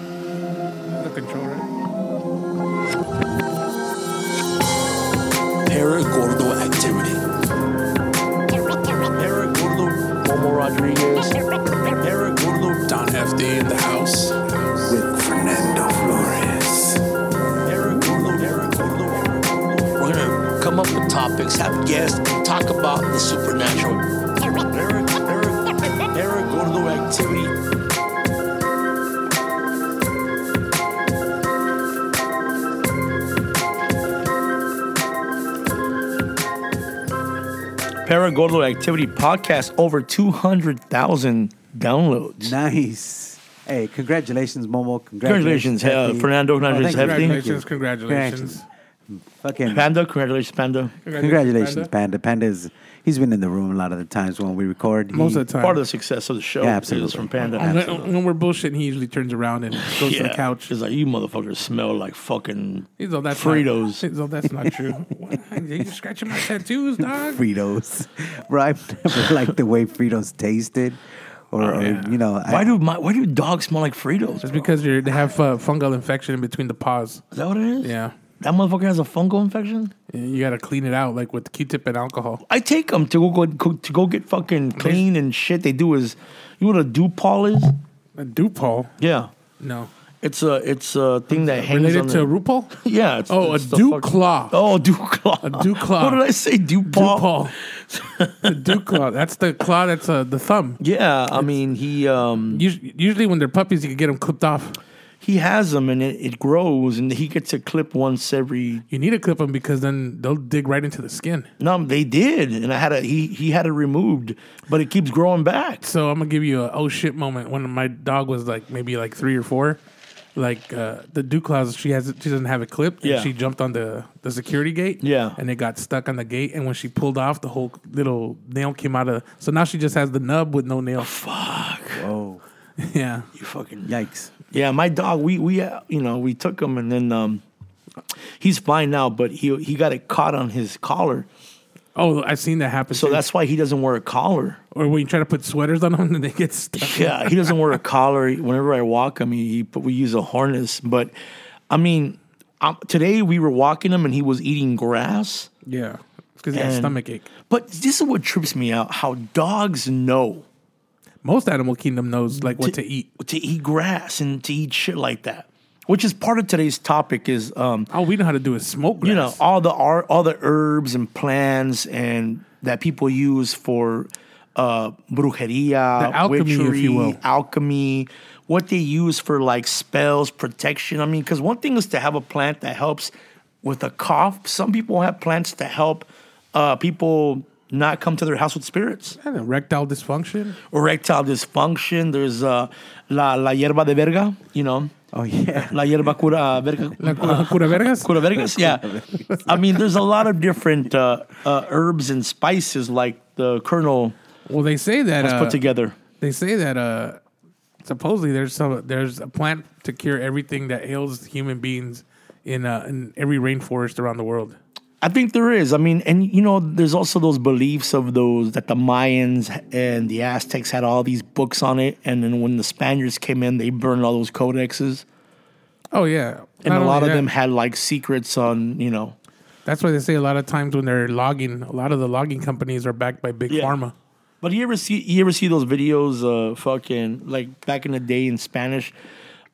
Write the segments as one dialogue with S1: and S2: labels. S1: The controller.
S2: Paragordo activity. Paragordo Momo Rodriguez. Paragordo Don FD in the house. With Fernando Flores. Paragordo, Paragordo. We're gonna come up with topics, have guests, talk about the supernatural. Para- para- Paragordo activity.
S3: Paragordo Activity Podcast over 200,000 downloads.
S4: Nice. Hey, congratulations, Momo.
S3: Congratulations,
S4: Congratulations,
S3: uh,
S4: Hefty.
S3: Fernando Hernandez
S4: thank you.
S3: Hefty.
S4: Thank you.
S1: Congratulations, congratulations.
S4: Fucking
S3: Panda, congratulations, Panda.
S4: congratulations,
S1: Brenda.
S4: Panda. Panda is he's been in the room a lot of the times when we record. He-
S1: Most of the time.
S3: Part of the success of the show
S4: Yeah,
S3: is
S4: absolutely.
S3: from Panda.
S4: Absolutely.
S1: When- When we're bullshitting, he usually turns around and goes to the couch.
S3: It's like, you motherfuckers smell like fucking
S1: He's all, that's
S3: Fritos.
S1: Not, he's all, that's not true. What? you scratching my tattoos, dog.
S4: Fritos. Bro, I've never liked the way Fritos tasted, or, or, you know,
S3: Why
S4: I,
S3: do my, why do dogs smell like Fritos?
S1: It's
S3: bro?
S1: because you're, they have uh, fungal infection in between the paws.
S3: Is that what it is?
S1: Yeah.
S3: That motherfucker has a fungal infection?
S1: You got to clean it out, like with Q-tip and alcohol.
S3: I take them to go, go to go get fucking clean and shit. They do is you know what a dewpaw is?
S1: A DuPaul?
S3: Yeah,
S1: No.
S3: it's a it's a thing that hangs on
S1: Related to
S3: the-
S1: a RuPaul?
S3: Yeah. It's,
S1: Oh, a
S3: it's the
S1: dew
S3: fuck-
S1: claw.
S3: Oh, dew claw. A
S1: dew claw.
S3: What did I say? Dew paw.
S1: DuPaul. the dew claw. That's the claw that's uh, the thumb.
S3: Yeah, I mean he um
S1: Us- Usually when they're puppies, you can get them clipped off.
S3: he has them and it, it grows and he gets a clip once every.
S1: You need to clip them because then they'll dig right into the skin.
S3: No, they did, and I had a he he had it removed, but it keeps growing back.
S1: So I'm gonna give you a oh shit moment when my dog was like maybe like three or four. Like uh, the dew claws, she has she doesn't have it clipped. and
S3: Yeah.
S1: she jumped on the the security gate.
S3: Yeah.
S1: and it got stuck on the gate. And when she pulled off, the whole little nail came out of. So now she just has the nub with no nail.
S3: Fuck
S4: oh,
S1: yeah,
S3: you, fucking
S4: yikes.
S3: Yeah, my dog. We we uh, you know we took him and then um, he's fine now, but he he got it caught on his collar,
S1: Oh, I've seen that happen.
S3: so
S1: too.
S3: that's why he doesn't wear a collar.
S1: or when you try to put sweaters on them and they get stuck.
S3: Yeah, he doesn't wear a collar. Whenever I walk him, he, he put- we use a harness. But I mean, um, today we were walking him and he was eating grass.
S1: Yeah, because he has
S3: And-
S1: stomach ache.
S3: But this is what trips me out: how dogs know
S1: Most animal kingdom knows like what to eat.
S3: to eat grass and to eat shit like that, which is part of today's topic. Is um,
S1: All Oh, we know how to do is smoke. Grass.
S3: you know all the ar- all the herbs and plants and that people use for uh brujeria
S1: The alchemy, if you
S3: witchery,
S1: will.
S3: alchemy what they use for like spells protection i mean because one thing is to have a plant that helps with a cough some people have plants to help uh people not come to their house with spirits
S1: And erectile dysfunction.
S3: erectile dysfunction there's uh la la hierba de verga you know
S4: Oh, yeah.
S3: la hierba cura uh, verga
S1: La cura, cura vergas?
S3: Cura vergas, yeah. I mean, there's a lot of different uh, uh, herbs and spices like the kernel
S1: Well, they say that
S3: was
S1: uh,
S3: put together.
S1: They say that uh, supposedly there's some there's a plant to cure everything that ails human beings in uh, in every rainforest around the world.
S3: I think there is. I mean, and you know, there's also those beliefs of those that the Mayans and the Aztecs had all these books on it, and then when the Spaniards came in, they burned all those codexes,
S1: Oh yeah,
S3: and
S1: Not
S3: a lot
S1: only
S3: of
S1: that,
S3: them had like secrets on, you know.
S1: That's why they say a lot of times when they're logging, a lot of the logging companies are backed by big
S3: Yeah.
S1: pharma.
S3: But you ever see you ever see those videos, uh, fucking like back in the day in Spanish,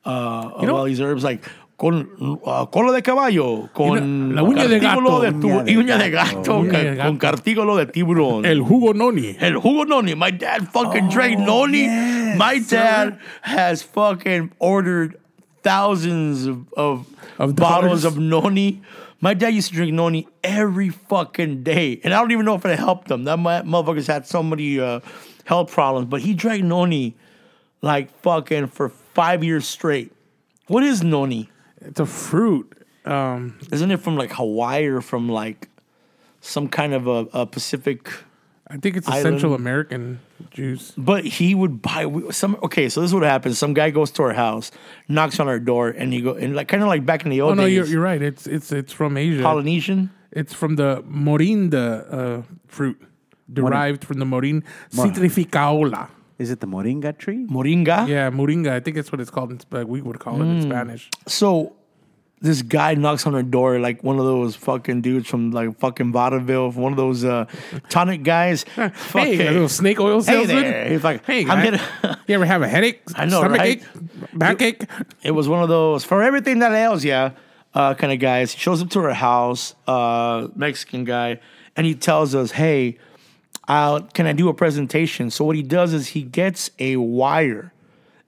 S3: uh, of
S1: know-
S3: all these herbs like con uh, cola de caballo, con
S1: la uña de
S3: cartíbulo
S1: gato.
S3: de tu-
S4: Uña de
S3: uña de
S4: gato.
S3: gato,
S1: Uña de
S3: ca- con cartíbulo de tiburón.
S1: El jugo noni.
S3: El jugo noni. My dad fucking
S1: Oh,
S3: drank noni.
S4: yes,
S3: My dad has fucking ordered thousands of, of,
S1: Of
S3: bottles
S1: dollars.
S3: of noni. My dad used to drink noni every fucking day. And I don't even know if it helped him. That mu- motherfucker's had so many uh, health problems. But he drank noni like fucking for five years straight. What is noni?
S1: It's a fruit. Um,
S3: Isn't it from like Hawaii or from like some kind of a, a Pacific
S1: I think it's a
S3: Island.
S1: Central American juice.
S3: But he would buy we- some. Okay, so this is what happens. Some guy goes to our house, knocks on our door, and you go and like kind of like back in the
S1: Oh
S3: old
S1: no,
S3: days,
S1: you're, you're right. It's it's it's from Asia.
S3: Polynesian.
S1: It's from the morinda uh, fruit, derived from the morin citrificaola.
S4: Is it the moringa tree?
S3: Moringa.
S1: Yeah, moringa. I think that's what it's called. In, Sp- we would call it
S3: Mm.
S1: in Spanish.
S3: So this guy knocks on her door, like one of those fucking dudes from like fucking vaudeville, one of those uh, tonic guys. Fucking-
S1: Hey, a little snake oil
S3: Hey
S1: salesman.
S3: there. He's like,
S1: hey,
S3: I'm
S1: guy.
S3: gonna-
S1: you ever have a headache?
S3: I know,
S1: Stomach
S3: right?
S1: ache? Back ache?
S3: It was one of those for everything that ails ya uh, kind of guys. He shows up to her house, uh, Mexican guy, and he tells us, "Hey, I'll, can I do a presentation?" So what he does is he gets a wire,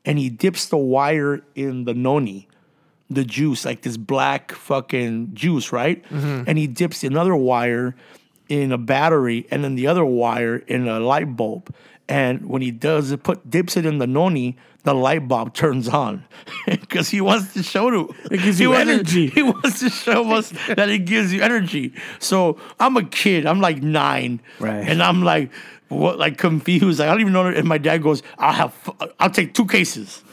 S3: and he dips the wire in the noni, the juice, like this black fucking juice, right?
S1: Mm-hmm.
S3: And he dips another wire in a battery, and then the other wire in a light bulb. And when he does it, put dips it in the noni, the light bulb turns on because he wants to show to
S1: It gives you
S3: he wanted-
S1: energy.
S3: he wants to show us that it gives you energy. So I'm a kid. I'm like nine,
S4: Right.
S3: And I'm like, what? Like confused. Like I don't even know. And my dad goes, "I'll have, I'll take two cases."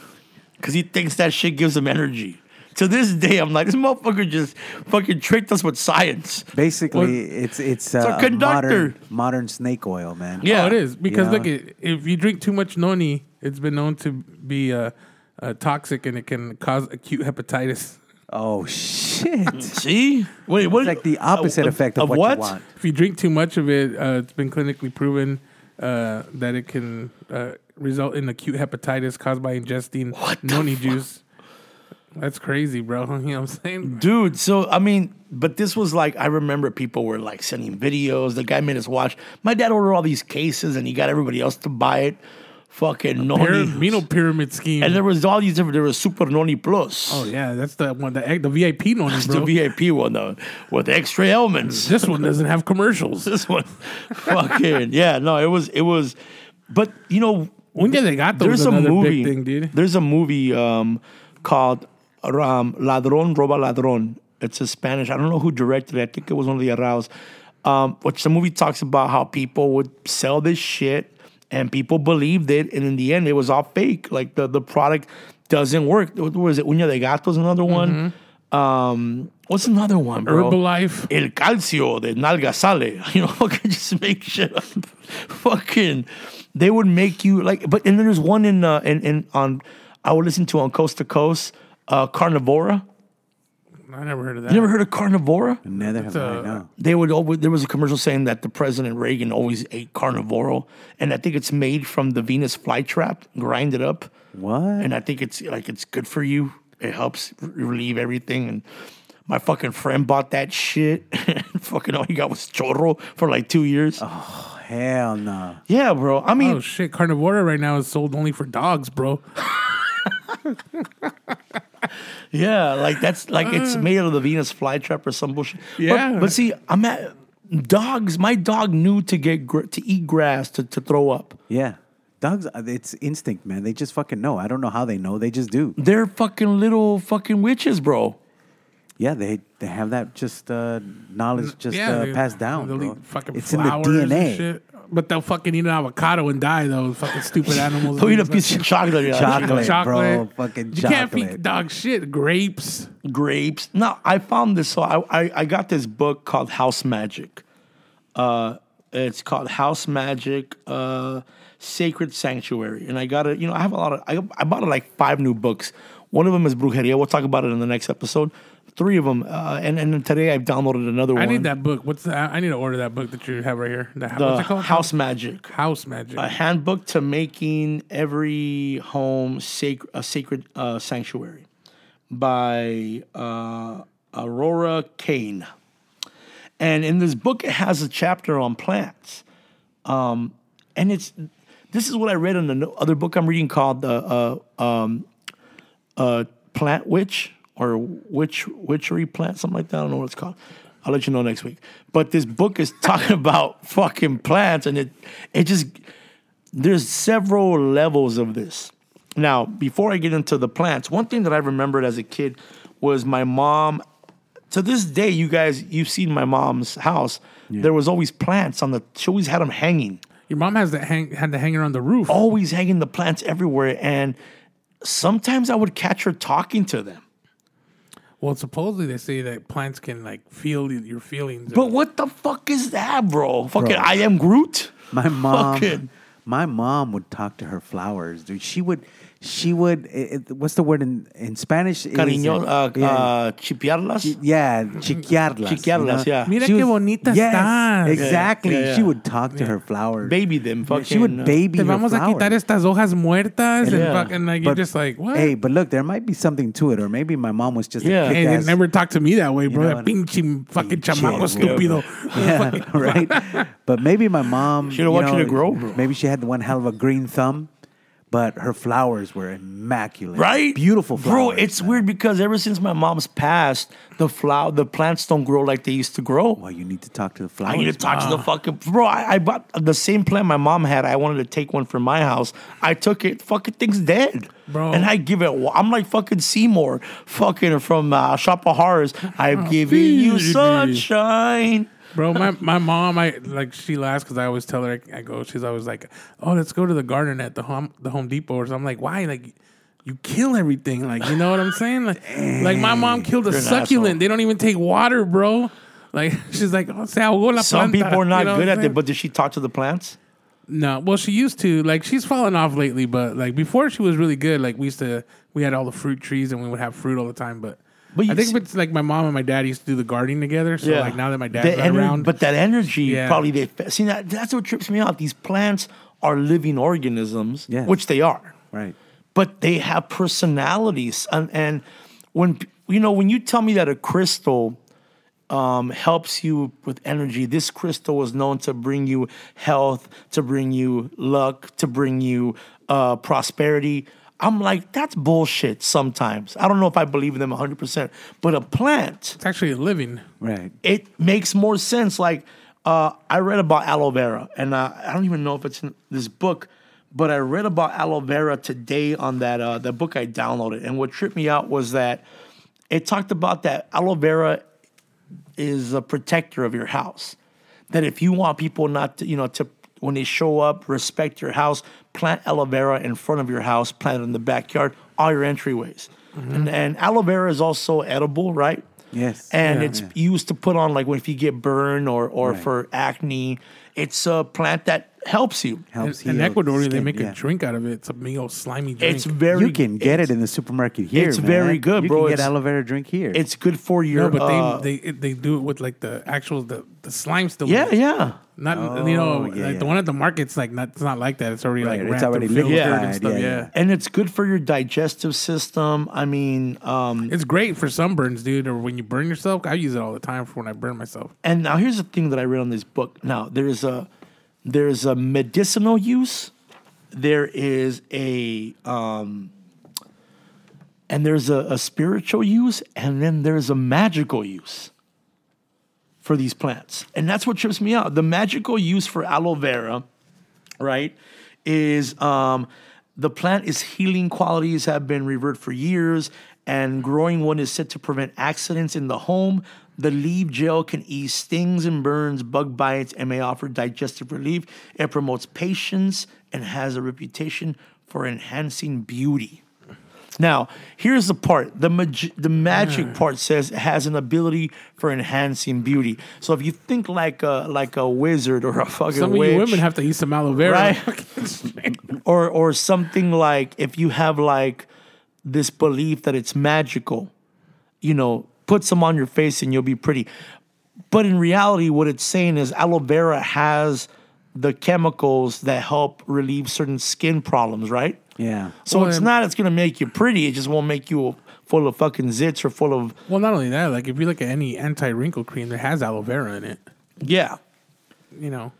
S3: because he thinks that shit gives him energy. To this day, I'm like, this motherfucker just fucking tricked us with science.
S1: Oh,
S4: Basically,
S3: Well,
S4: it's it's,
S3: a
S4: uh, a modern
S3: conductor.
S4: modern snake oil, man.
S3: Yeah.
S1: Oh, it is because
S4: Yeah.
S1: look, it, if you drink too much noni, it's been known to be uh, uh, toxic and it can cause acute hepatitis.
S4: Oh shit!
S3: See? Wait, what?
S4: It's like the opposite
S3: uh,
S4: effect of, what, you want.
S1: If you drink too much of it, uh, it's been clinically proven uh, that it can uh, result in acute hepatitis caused by ingesting noni juice. That's crazy, bro. You know what I'm saying?
S3: Dude, so I mean, but this was like I remember people were like sending videos. The guy made us watch. My dad ordered all these cases, and he got everybody else to buy it. Fucking
S1: Pyra-
S3: noni,
S1: Mino pyramid scheme.
S3: and there was all these different. There was super noni plus.
S1: oh yeah, that's the one. The egg- the VIP noni,
S3: the
S1: bro.
S3: VIP one though, with extra elements.
S1: this one doesn't have commercials.
S3: this one, fucking yeah. No, it was it was, but you know
S1: When did they got those?
S3: there's a
S1: another
S3: movie.
S1: big thing, dude.
S3: There's a movie um, called um, Ladron Roba Ladron. It's a Spanish. I don't know who directed it. I think it was one of the Arraus. Um, which the movie talks about how people would sell this shit and people believed it, and in the end, it was all fake. Like the the product doesn't work. What was it? Uña de Gato is another one.
S1: Mm-hmm.
S3: Um, what's another one, bro?
S1: Herbalife.
S3: El calcio de nalga sale. You know, fucking just make shit up. fucking, they would make you like. But and then there's one in uh, in, in on I would listen to on coast to coast. Uh, Carnivora.
S1: I never heard of that.
S3: You ever heard of Carnivora?
S4: Neither have I.
S1: uh,
S4: No.
S3: They would always there was a commercial saying that the President Reagan always ate Carnivoro, and I think it's made from the Venus flytrap. Grind it up,
S4: What?
S3: and I think it's like it's good for you. It helps r- relieve everything. And my fucking friend bought that shit. fucking all he got was chorro for like two years.
S4: Hell no.
S3: Yeah, bro. I mean,
S1: Oh shit, Carnivora right now is sold only for dogs, bro.
S3: yeah, like that's like it's made out of the Venus flytrap or some bullshit. But-
S1: Yeah.
S3: But, see, I'm at dogs. My dog knew to get gr- to eat grass to, to throw up.
S4: Yeah. Dogs, uh, it's instinct, man. They just fucking know. I don't know how they know. They just do.
S3: They're fucking little fucking witches, bro.
S4: Yeah, they they have that just uh, knowledge just uh,
S1: they-
S4: passed down.
S1: they'll
S4: bro.
S1: eat Fucking
S4: it's in the
S1: flowers
S4: DNA.
S1: And shit. But they'll fucking eat an avocado and die, though. Fucking stupid animals.
S3: Throw eat a piece of chocolate. you're like,
S4: Chocolate, bro. Fucking
S1: You can't feed
S4: chocolate.
S1: dog shit. Grapes.
S3: grapes. No, I found this. So I, I, I got this book called House Magic. Uh, it's called House Magic uh, Sacred Sanctuary. And I got it, you know, I have a lot of, I, I bought like five new books. One of them is Brujeria. We'll talk about it in the next episode. Three of them. Uh, and, and then today I've downloaded another
S1: I
S3: one.
S1: need that book. What's the, I I need to order that book that you have right here. The,
S3: Uh,
S1: what's it called?
S3: House Magic.
S1: House Magic.
S3: A handbook to making every home sac- a sacred uh, sanctuary by uh, Aurora Kane. And in this book, it has a chapter on plants. Um, and it's this is what I read in the no- other book I'm reading called the uh, um, uh, Plant Witch or Witch Witchery Plant, something like that. I don't know what it's called. I'll let you know next week. But this book is talking about fucking plants, and it it just there's several levels of this. Now, before I get into the plants, one thing that I remembered as a kid was my mom. To this day, you guys, you've seen my mom's house. There was always plants on the. She always had them hanging,
S1: Your mom has that hang had the hanger on the roof.
S4: Oh.
S3: always hanging the plants everywhere. And sometimes I would catch her talking to them.
S1: Well, supposedly they say that plants can like feel y- your feelings.
S3: But what the fuck is that, bro? Fucking I am Groot.
S4: My mom,
S3: Fucking-
S4: My mom would talk to her flowers, dude. She would, she would. It, it- what's the word in in Spanish? It is-
S3: Cariño, uh,
S4: yeah,
S3: uh, chipiarlas.
S4: yeah, chiquearlas.
S3: Chiquearlas, yeah.
S1: Mira qué bonita
S4: yes,
S1: estás.
S4: Exactly.
S3: Yeah, yeah,
S4: She
S3: yeah.
S4: would talk to her flowers.
S3: baby them. Fucking,
S4: She would
S3: uh,
S4: baby
S1: Te
S4: her
S1: vamos a
S4: flowers.
S1: quitar estas hojas muertas and
S3: Yeah.
S1: fucking like you're
S4: But,
S1: just like what?
S4: Hey, but look, there might be something to it, or maybe my mom was just
S3: Yeah.
S1: Hey,
S4: a
S1: they
S4: kick-ass-
S1: never talked to me that way, bro.
S4: know
S1: that
S4: what?
S1: pinche fucking chamaco
S4: Pinche,
S1: estúpido.
S4: Yeah, right. But maybe my mom
S3: She don't want you to grow, bro.
S4: Maybe she had one hell of a green thumb, but her flowers were immaculate,
S3: Right?
S4: Beautiful flowers,
S3: Bro, it's
S4: man.
S3: weird because ever since my mom's passed, the flower, the plants don't grow like they used to grow.
S4: Well, you need to talk to the flowers.
S3: I need to talk to the fucking bro. I, I bought the same plant my mom had. I wanted to take one from my house. I took it. Fucking thing's dead,
S1: Bro.
S3: And I give it. I'm like fucking Seymour, fucking from uh, Shop of Horrors. I'm giving you
S1: Oh, baby.
S3: sunshine.
S1: Bro, my, my mom, I like she laughs because I always tell her I, I go. She's always like, "Oh, let's go to the garden at the home the Home Depot." Or something. I'm like, "Why? Like, you kill everything. Like, you know what I'm saying? Like, like my mom killed a
S3: You're an asshole.
S1: succulent. They don't even take water, bro. Like, she's like, "Oh, se ahogó la
S3: Some
S1: planta."
S3: people are
S1: You
S3: not
S1: know what
S3: good
S1: I'm
S3: at
S1: saying?
S3: it, but did she talk to the plants?
S1: No, well, she used to like she's fallen off lately, but like before she was really good. Like we used to, we had all the fruit trees and we would have fruit all the time. But,
S3: But you
S1: I think
S3: see-
S1: it's like my mom and my dad used to do the gardening together. So like now that my dad's
S3: That
S1: not
S3: ener-
S1: around,
S3: but that energy
S1: Yeah.
S3: probably they fe- see that that's what trips me out. These plants are living organisms,
S4: Yeah.
S3: which they are,
S4: right.
S3: but they have personalities. And, and when p- you know when you tell me that a crystal um, helps you with energy, this crystal was known to bring you health, to bring you luck, to bring you uh, prosperity. I'm like, that's bullshit sometimes. I don't know if I believe in them 100%, but a plant,
S1: it's actually a living.
S4: Right.
S3: it makes more sense. Like uh, I read about aloe vera, and uh, I don't even know if it's in this book, but I read about aloe vera today on that uh, that book I downloaded. And what tripped me out was that it talked about that aloe vera is a protector of your house. That if you want people not to, you know, to when they show up, respect your house, plant aloe vera in front of your house, plant it in the backyard, all your entryways. And, and aloe vera is also edible, right?
S4: Yes.
S3: and
S4: Yeah.
S3: it's
S4: Yeah.
S3: used to put on like when if you get burned or or
S4: Right.
S3: for acne. It's a plant that helps you.
S4: Helps
S1: in in
S4: heal
S1: Ecuador, they
S4: skin,
S1: make
S4: yeah.
S1: a drink out of it. It's a big old slimy drink.
S3: It's very
S4: You can get it in the supermarket here.
S3: it's
S4: man.
S3: very good,
S4: you
S3: bro.
S4: Can get
S3: It's-
S4: aloe vera drink here.
S3: It's good for your.
S1: no, but
S3: uh,
S1: they they it, they do it with like the actual the, the slime still. in
S3: yeah,
S1: it.
S3: yeah.
S1: Not you know
S4: Oh, yeah,
S1: like
S4: yeah.
S1: the one at the market's like not it's not like that. It's already
S4: Right,
S1: like wrapped
S4: it's
S1: and
S4: already
S1: filtered
S3: liquefied,
S1: and stuff.
S4: yeah,
S1: Yeah,
S4: yeah.
S3: And it's good for your digestive system. I mean, um,
S1: it's great for sunburns, dude, or when you burn yourself. I use it all the time for when I burn myself.
S3: and now here's the thing that I read on this book. Now there is a there is a medicinal use. There is a um, and there's a, a spiritual use, and then there's a magical use for these plants, and that's what trips me out. The magical use for aloe vera, right, is um, the plant is healing qualities have been revered for years, and growing one is said to prevent accidents in the home. The leaf gel can ease stings and burns, bug bites, and may offer digestive relief. It promotes patience and has a reputation for enhancing beauty. Now, here's the part. The mag- the
S1: Mm.
S3: magic part says it has an ability for enhancing beauty. So if you think like a like a wizard or a fucking
S1: Some of
S3: witch,
S1: you women have to eat some aloe vera.
S3: Right. or or something like if you have like this belief that it's magical, you know, put some on your face and you'll be pretty. But in reality, what it's saying is aloe vera has the chemicals that help relieve certain skin problems, right?
S4: yeah.
S3: So
S1: Well,
S3: it's
S1: and-
S3: not it's gonna make you pretty. It just won't make you full of fucking zits or full of
S1: Well, not only that, like if you look at any anti wrinkle cream that has aloe vera in it,
S3: yeah.
S1: you know.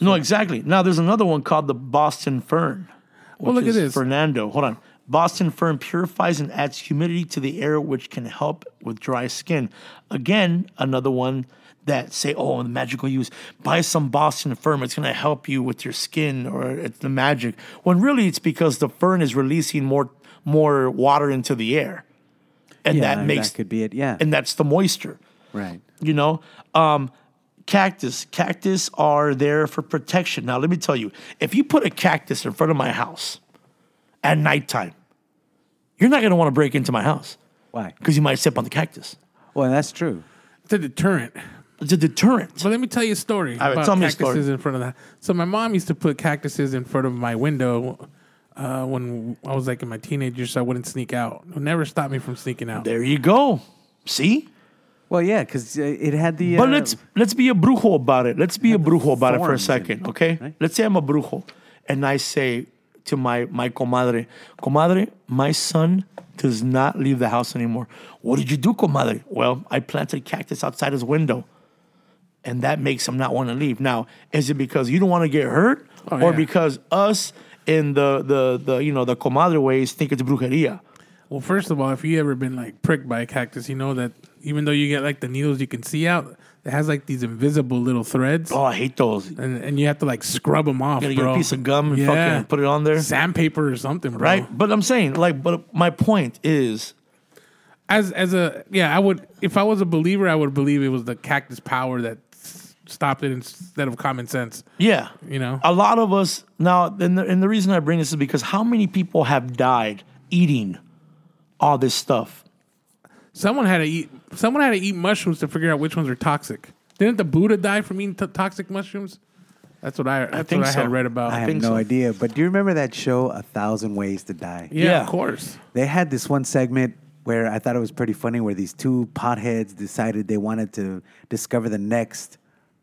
S3: No, exactly. Now there's another one called the Boston Fern.
S1: Well, look
S3: which
S1: at
S3: is
S1: this.
S3: Fernando. Hold on. Boston Fern purifies and adds humidity to the air, which can help with dry skin. Again, another one that say, oh, the magical use. Buy some Boston Fern. It's going to help you with your skin or it's the magic. When really it's because the fern is releasing more more water into the air. And
S4: Yeah,
S3: that makes
S4: could be it. Yeah.
S3: and that's the moisture
S4: right.
S3: you know um cactus cactus are there for protection now let me tell you if you put a cactus in front of my house at nighttime you're not going to want to break into my house
S4: Why?
S3: because you might step on the cactus
S4: Well, that's true.
S1: It's a deterrent.
S3: It's a deterrent.
S1: But let me tell you a story
S3: All right,
S1: about
S3: tell me a
S1: cactuses
S3: story.
S1: in front of that. So my mom used to put cactuses in front of my window uh, when I was like in my teenager, so I wouldn't sneak out. It never stopped me from sneaking out.
S3: There you go. See?
S4: Well, yeah, because it had the.
S3: But
S4: uh,
S3: let's let's be a brujo about it. Let's be a brujo about it for a
S4: thorns in it,
S3: second, okay?
S4: right?
S3: Let's say I'm a brujo, and I say to my my comadre, comadre, my son does not leave the house anymore. What did you do, comadre? Well, I planted cactus outside his window, and that makes him not want to leave. Now, is it because you don't want to get hurt,
S1: Oh,
S3: or
S1: yeah.
S3: because us in the the the you know the comadre ways think it's brujeria?
S1: Well, first of all, if you ever been like pricked by a cactus, you know that even though you get like the needles you can see out, it has like these invisible little threads,
S3: Oh, I hate those. You
S1: and, and you have to like scrub them off.
S3: gotta
S1: bro.
S3: get a piece of gum and fucking put it on there.
S1: sandpaper or something, bro.
S3: Right, but I'm saying, like, but my point is,
S1: As as a yeah, I would if I was a believer, I would believe it was the cactus power that s- stopped it instead of common sense.
S3: Yeah.
S1: You know?
S3: a lot of us now, and the, and the reason I bring this is because how many people have died eating all this stuff?
S1: Someone had to eat. Someone had to eat mushrooms to figure out which ones are toxic. Didn't the Buddha die from eating to toxic mushrooms? That's what I. That's
S3: think
S1: what I
S3: so.
S1: had read about.
S4: I have
S3: think
S4: no
S3: so.
S4: idea. But do you remember that show, A Thousand Ways to Die?
S1: yeah,
S3: yeah.
S1: of course.
S4: They had this one segment where I thought it was pretty funny where these two potheads decided they wanted to discover the next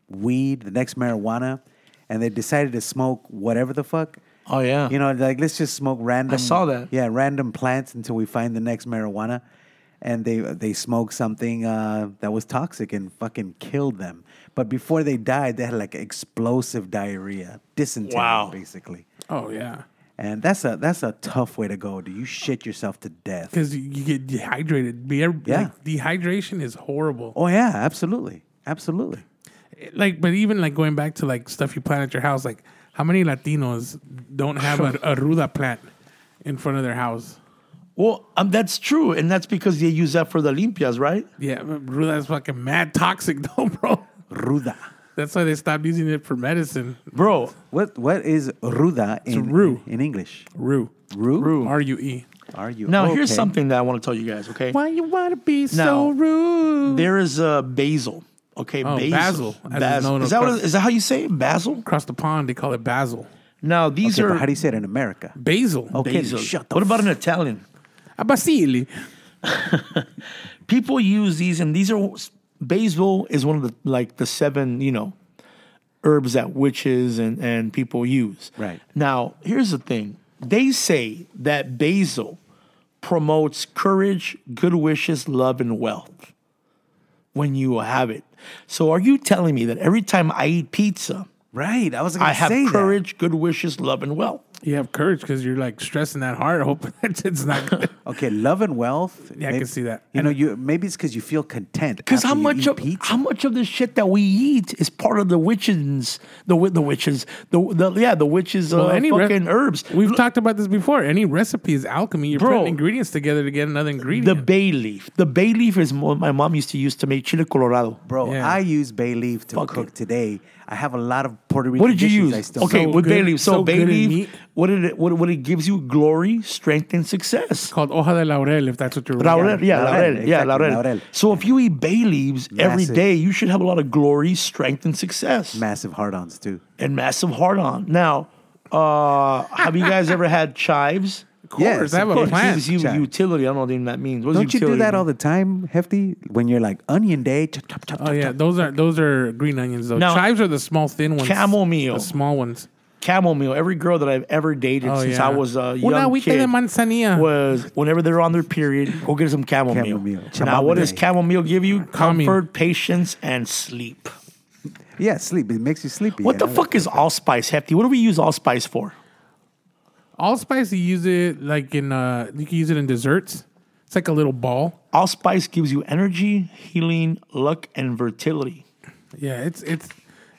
S4: weed, the next marijuana, and they decided to smoke whatever the fuck.
S3: Oh, yeah.
S4: You know, like let's just smoke random.
S3: saw that.
S4: Yeah, random plants until we find the next marijuana. And they they smoked something uh, that was toxic and fucking killed them. But before they died, they had like explosive diarrhea, dysentery,
S3: Wow.
S4: basically.
S1: Oh yeah,
S4: And that's a that's a tough way to go. Do you shit yourself to death?
S1: because you get dehydrated. Be-
S4: Yeah.
S1: like, dehydration is horrible.
S4: Oh yeah, absolutely, absolutely.
S1: Like, but even like going back to like stuff you plant at your house. Like, how many Latinos don't have a, a ruda plant in front of their house?
S3: Well, um, that's true. And that's because they use that for the Olympias, right?
S1: Yeah, but ruda is fucking mad toxic though, bro.
S4: Ruda.
S1: That's why they stopped using it for medicine.
S3: Bro,
S4: What what is ruda in
S1: rue.
S4: in English?
S1: Rue.
S4: Rue.
S1: R U E.
S4: Are you
S3: now here's
S4: okay.
S3: something that I want to tell you guys, okay?
S1: Why you wanna be
S3: Now,
S1: so rude?
S3: There is uh, basil, okay?
S1: Oh, basil, as it's
S3: Basil.
S1: known
S3: Is, that what,
S1: across-
S3: is that how you say it? Basil?
S1: Across the pond, they call it basil.
S3: Now, these
S4: Okay,
S3: are
S4: but how do you say it in America?
S1: Basil.
S4: Okay,
S3: basil.
S4: shut the
S3: What about an Italian?
S1: A basili.
S3: people use these and these are basil is one of the like the seven you know herbs that witches and and people use
S4: Right.
S3: now here's the thing they say that basil promotes courage good wishes love and wealth when you have it so are you telling me that every time i eat pizza
S4: Right. I was gonna
S3: i have
S4: say that.
S3: courage good wishes love and wealth
S1: You have courage because you're like stressing that hard, hoping that shit's not good.
S4: Okay, love and wealth.
S1: Yeah, I can see that.
S4: You
S1: And-
S4: know, you maybe it's because you feel content.
S3: Because how
S4: after you
S3: much
S4: eat
S3: of
S4: pizza.
S3: how much of the shit that we eat is part of the witches, the wi- the witches, the, the yeah the witches uh,
S1: Well, any re-
S3: fucking herbs.
S1: We've talked about this before. Any recipe is alchemy. You're
S3: Bro.
S1: putting ingredients together to get another
S3: the
S1: ingredient.
S3: bay leaf. The bay leaf is what my mom used to use to make chile colorado.
S4: Bro,
S1: Yeah.
S4: I use bay leaf to
S3: Fuck
S4: cook
S3: it.
S4: today. I have a lot of Puerto Rican
S3: What did you
S4: dishes I
S3: use?
S4: still
S3: okay,
S1: So
S3: with bay
S1: good-
S3: leaf. So,
S1: so
S3: bay
S1: good in
S3: leaf.
S1: meat.
S3: What did it? What, what it gives you? Glory, strength, and success.
S1: called hoja de laurel, if that's what you're
S3: Laurel, yeah,
S4: Laurel,
S3: laurel, yeah,
S4: exactly,
S3: laurel.
S4: laurel.
S3: So if you eat bay leaves every
S4: Massive.
S3: day, you should have a lot of glory, strength, and success.
S4: Massive hard-ons too.
S3: and massive hard on. Now, uh, have you guys ever had chives? Of
S1: course, I have a
S3: course,
S1: plant.
S3: It's u-
S4: Chives.
S3: utility. I don't know what even that means. What is
S4: Don't you do
S3: utility
S4: that
S3: mean?
S4: all the time, Hefty? When you're like onion day, chop, chop, chop,
S1: Oh
S4: chop,
S1: yeah,
S4: chop.
S1: those are those are green onions though.
S3: Now-
S1: Chives are the small thin ones.
S3: Chamomile.
S1: The small ones.
S3: chamomile? Every girl that I've ever dated
S1: Oh,
S3: since
S1: yeah.
S3: I was a young
S1: Una agüita
S3: kid
S1: de manzanilla.
S3: was whenever they're on their period, go get some chamomile.
S4: Chamomile.
S3: Now, what does chamomile give you?
S1: Calming.
S3: Comfort, patience, and sleep.
S4: Yeah, sleep. It makes you sleepy.
S3: What
S4: yeah.
S3: the fuck is allspice, Hefty? What do we use allspice for?
S1: Allspice, you use it like in uh, you can use it in desserts. It's like a little ball.
S3: Allspice gives you energy, healing, luck, and fertility.
S1: Yeah, it's it's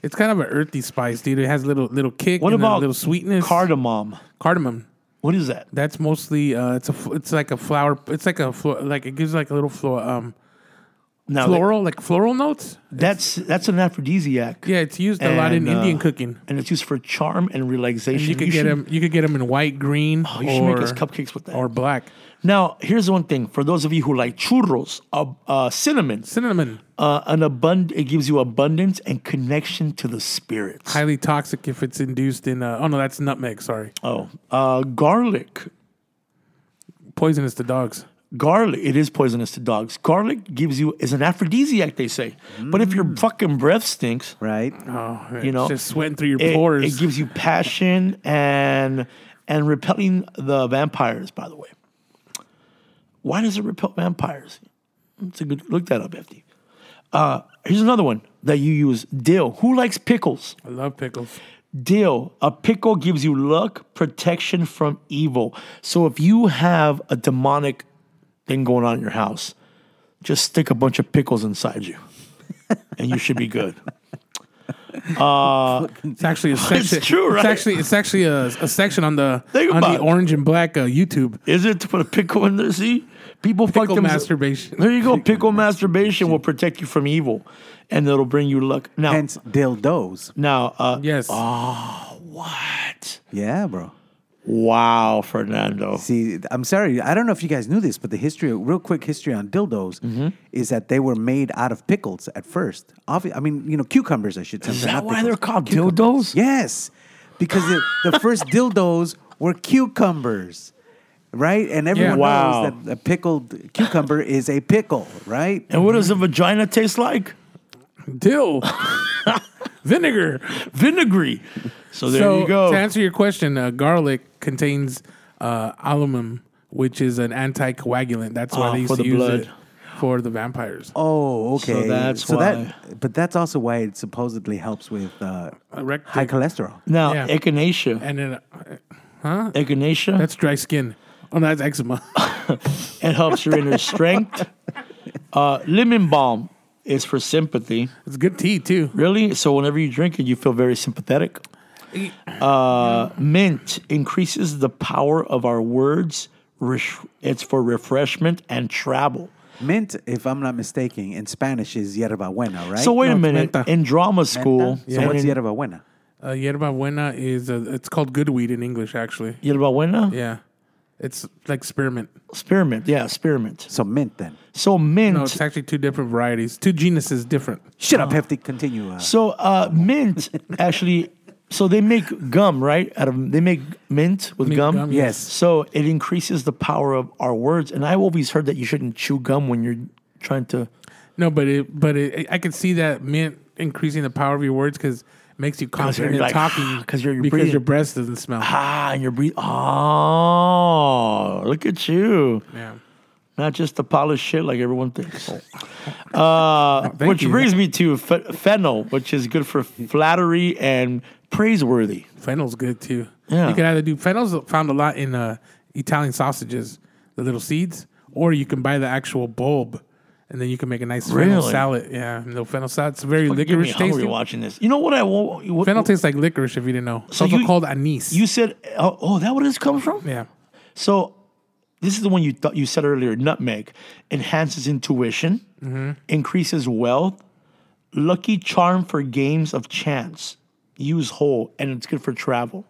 S1: it's kind of an earthy spice, dude. It has little little kick.
S3: What
S1: and a
S3: about
S1: little sweetness?
S3: Cardamom.
S1: Cardamom.
S3: What is that?
S1: That's mostly uh, it's a fl- it's like a flower. It's like a flo- like it gives like a little flow. Um,
S3: Now
S1: Floral, like floral notes.
S3: that's that's an aphrodisiac,
S1: Yeah, it's used a lot in
S3: And, uh,
S1: Indian cooking.
S3: and it's used for charm and relaxation.
S1: You could
S3: You
S1: get
S3: should- Oh,
S1: them. You could get them in white, green,
S3: you should
S1: or
S3: make us cupcakes with that.
S1: or black
S3: Now, here's one thing for those of you who like churros, uh, uh, cinnamon,
S1: cinnamon.
S3: uh, an abund- it gives you abundance and connection to the spirits.
S1: Highly toxic if it's induced in. Uh, oh no, that's nutmeg. Sorry,
S3: oh, uh, garlic.
S1: poisonous to dogs.
S3: Garlic, it is poisonous to dogs. Garlic gives you is an aphrodisiac, they say. But if
S1: Mm.
S3: your fucking breath stinks,
S4: right?
S1: Oh,
S3: You know,
S1: just sweating through your
S3: it,
S1: pores.
S3: it gives you passion and and repelling the vampires. By the way, why does it repel vampires? It's a good look that up, FD. Uh, here's another one that you use: dill. Who likes pickles?
S1: I love pickles.
S3: Dill. A pickle gives you luck, protection from evil. So if you have a demonic thing going on in your house, just stick a bunch of pickles inside you, and you should be good.
S1: It's actually a section.
S3: true, right?
S1: It's actually it's actually a, a section on the
S3: Think
S1: on
S3: about
S1: the
S3: it.
S1: orange and black uh, YouTube.
S3: Is it to put a pickle in there? See, people fuck
S1: Pickle
S3: them.
S1: masturbation.
S3: There you go. Pickle masturbation will protect you from evil, and it'll bring you luck. Now,
S4: Hence dildos.
S3: now, uh,
S1: Yes. Oh,
S3: what?
S4: Yeah, bro.
S3: Wow, Fernando.
S4: See, I'm sorry. I don't know if you guys knew this, but the history, real quick history on dildos,
S3: Mm-hmm.
S4: is that they were made out of pickles at first. Obvi- I mean, you know, cucumbers. I should say.
S3: Is
S4: not
S3: that why
S4: pickles.
S3: they're called dildos?
S4: Yes, because the, the first dildos were cucumbers, right? And everyone
S3: Wow.
S4: knows that a pickled cucumber is a pickle, right?
S3: And what does a vagina taste like?
S1: Dill, vinegar.
S3: Vinegary. So there
S1: so
S3: you go.
S1: to answer your question, uh, garlic contains uh, alumum, which is an anticoagulant. That's why
S3: Ah,
S1: they used
S3: for
S1: to
S3: the
S1: use
S3: blood.
S1: it for the vampires.
S4: Oh,
S3: So
S4: okay.
S3: that's
S4: that, but that's also why it supposedly helps with uh,
S1: Erected.
S4: high cholesterol.
S3: Now,
S1: Yeah.
S3: echinacea.
S1: and then uh,
S3: Echinacea.
S1: that's dry skin. Oh no, that's eczema.
S3: it helps your inner strength. Uh, lemon balm is for sympathy.
S1: it's good tea too.
S3: Really? So whenever you drink it, you feel very sympathetic. Uh, mint increases the power of our words. Resh- It's for refreshment and travel.
S4: Mint, if I'm not mistaken, in Spanish is yerba buena, right?
S3: So wait a
S1: No,
S3: minute.
S1: menta.
S3: In drama school,
S4: So
S3: and
S4: what's
S3: in
S4: yerba buena?
S1: Uh, yerba buena is uh it's called good weed in English actually.
S3: yerba buena?
S1: Yeah, it's like spearmint.
S3: Spearmint. Yeah, spearmint.
S4: So mint then.
S3: So mint.
S1: No, it's actually two different varieties, two genuses different.
S4: Shut up, Hefty. Continue. Uh,
S3: Ah. So uh, mint actually, so they make gum right out of they make mint with
S1: Mint
S3: gum.
S1: gum,
S4: yes.
S3: So it increases the power of our words. And I've always heard that you shouldn't chew gum when you're trying to.
S1: No, but it, but it, I can see that mint increasing the power of your words because it makes you
S3: you're
S1: confident in
S3: like,
S1: talking
S3: 'cause you're- you're
S1: because
S3: breathing.
S1: your breath doesn't smell.
S3: Ah, and you're breathing. Oh, look at you.
S1: Yeah.
S3: Not just the polished shit like everyone thinks. Uh,
S1: Oh. Thank
S3: which
S1: you.
S3: brings me to f- fennel, which is good for flattery and praiseworthy.
S1: Fennel's good too.
S3: Yeah.
S1: You can either do fennel's found a lot in uh, Italian sausages, the little seeds, or you can buy the actual bulb, and then you can make a nice fennel
S3: Really?
S1: salad. Yeah, no fennel salad. It's very
S3: Get me
S1: licorice
S3: hungry
S1: tasting.
S3: watching this. You know what I want? what-
S1: Fennel tastes like licorice if you didn't know. It's also
S3: you-
S1: called anise.
S3: You said, oh, oh, that where this comes from?
S1: yeah.
S3: So this is the one you thought you said earlier. Nutmeg enhances intuition,
S1: Mm-hmm.
S3: increases wealth, lucky charm for games of chance. Use whole, and it's good for travel.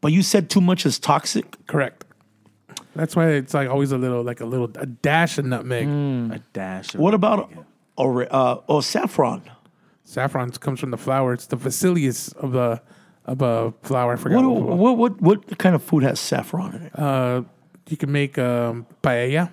S3: But you said too much is toxic.
S1: Correct. That's why it's like always a little, like a little a dash of nutmeg.
S3: Mm.
S4: a dash. Of
S3: What about or uh, oh saffron?
S1: Saffron comes from the flower. It's the Vasilius of the of a flower. I forgot.
S3: What,
S1: What, what,
S3: what what what kind of food has saffron in it?
S1: uh, you can make um, paella.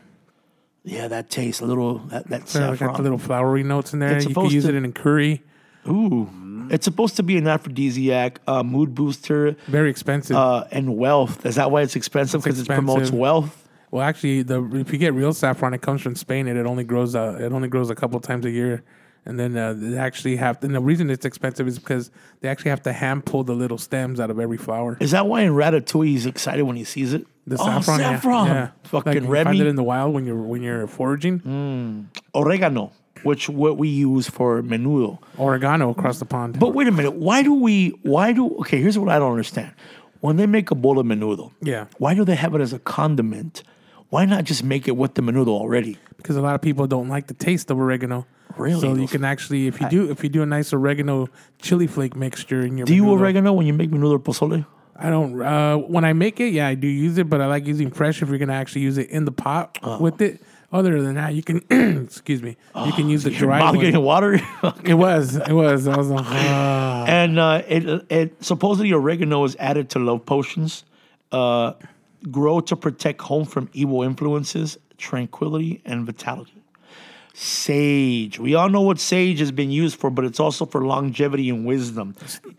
S3: yeah, that tastes a little that, that
S1: Saffron. Got the
S3: saffron.
S1: little flowery notes in there.
S3: It's
S1: you can
S3: supposed
S1: use
S3: to-
S1: it in a curry.
S3: Ooh, it's supposed to be an aphrodisiac, a mood booster,
S1: Very expensive.
S3: uh, and wealth. Is that why it's expensive? Because it promotes
S1: expensive.
S3: wealth.
S1: well, actually, the if you get real saffron, it comes from Spain, and it only grows uh, it only grows a couple times a year. And then uh, they actually have, and the reason it's expensive is because they actually have to hand pull the little stems out of every flower.
S3: Is that why in Ratatouille he's excited when he sees it?
S1: The
S3: oh,
S1: saffron, yeah,
S3: saffron.
S1: yeah.
S3: fucking
S1: like you
S3: Remy, Mm.
S1: Find it in the wild when you're when you're foraging.
S3: oregano, which what we use for menudo.
S1: Oregano across the pond.
S3: But wait a minute, why do we? Why do? Okay, here's what I don't understand. When they make a bowl of menudo,
S1: Yeah.
S3: why do they have it as a condiment Why not just make it with the menudo already?
S1: because a lot of people don't like the taste of oregano.
S3: Really?
S1: So you can actually, if you do, if you do a nice oregano chili flake mixture in your
S3: Do you
S1: menudo-
S3: oregano when you make menudo or pozole?
S1: I don't. Uh, when I make it, yeah, I do use it, but I like using fresh if you're gonna actually use it in the pot
S3: Oh.
S1: with it. Other than that, you can excuse me, you can use the
S3: Oh, Your
S1: dry
S3: mouth
S1: one.
S3: getting watery.
S1: It was, it was. I was like, ah.
S3: and uh, it, it supposedly oregano is added to love potions, uh, grow to protect home from evil influences, tranquility, and vitality. Sage. We all know what sage has been used for, but it's also for longevity and wisdom.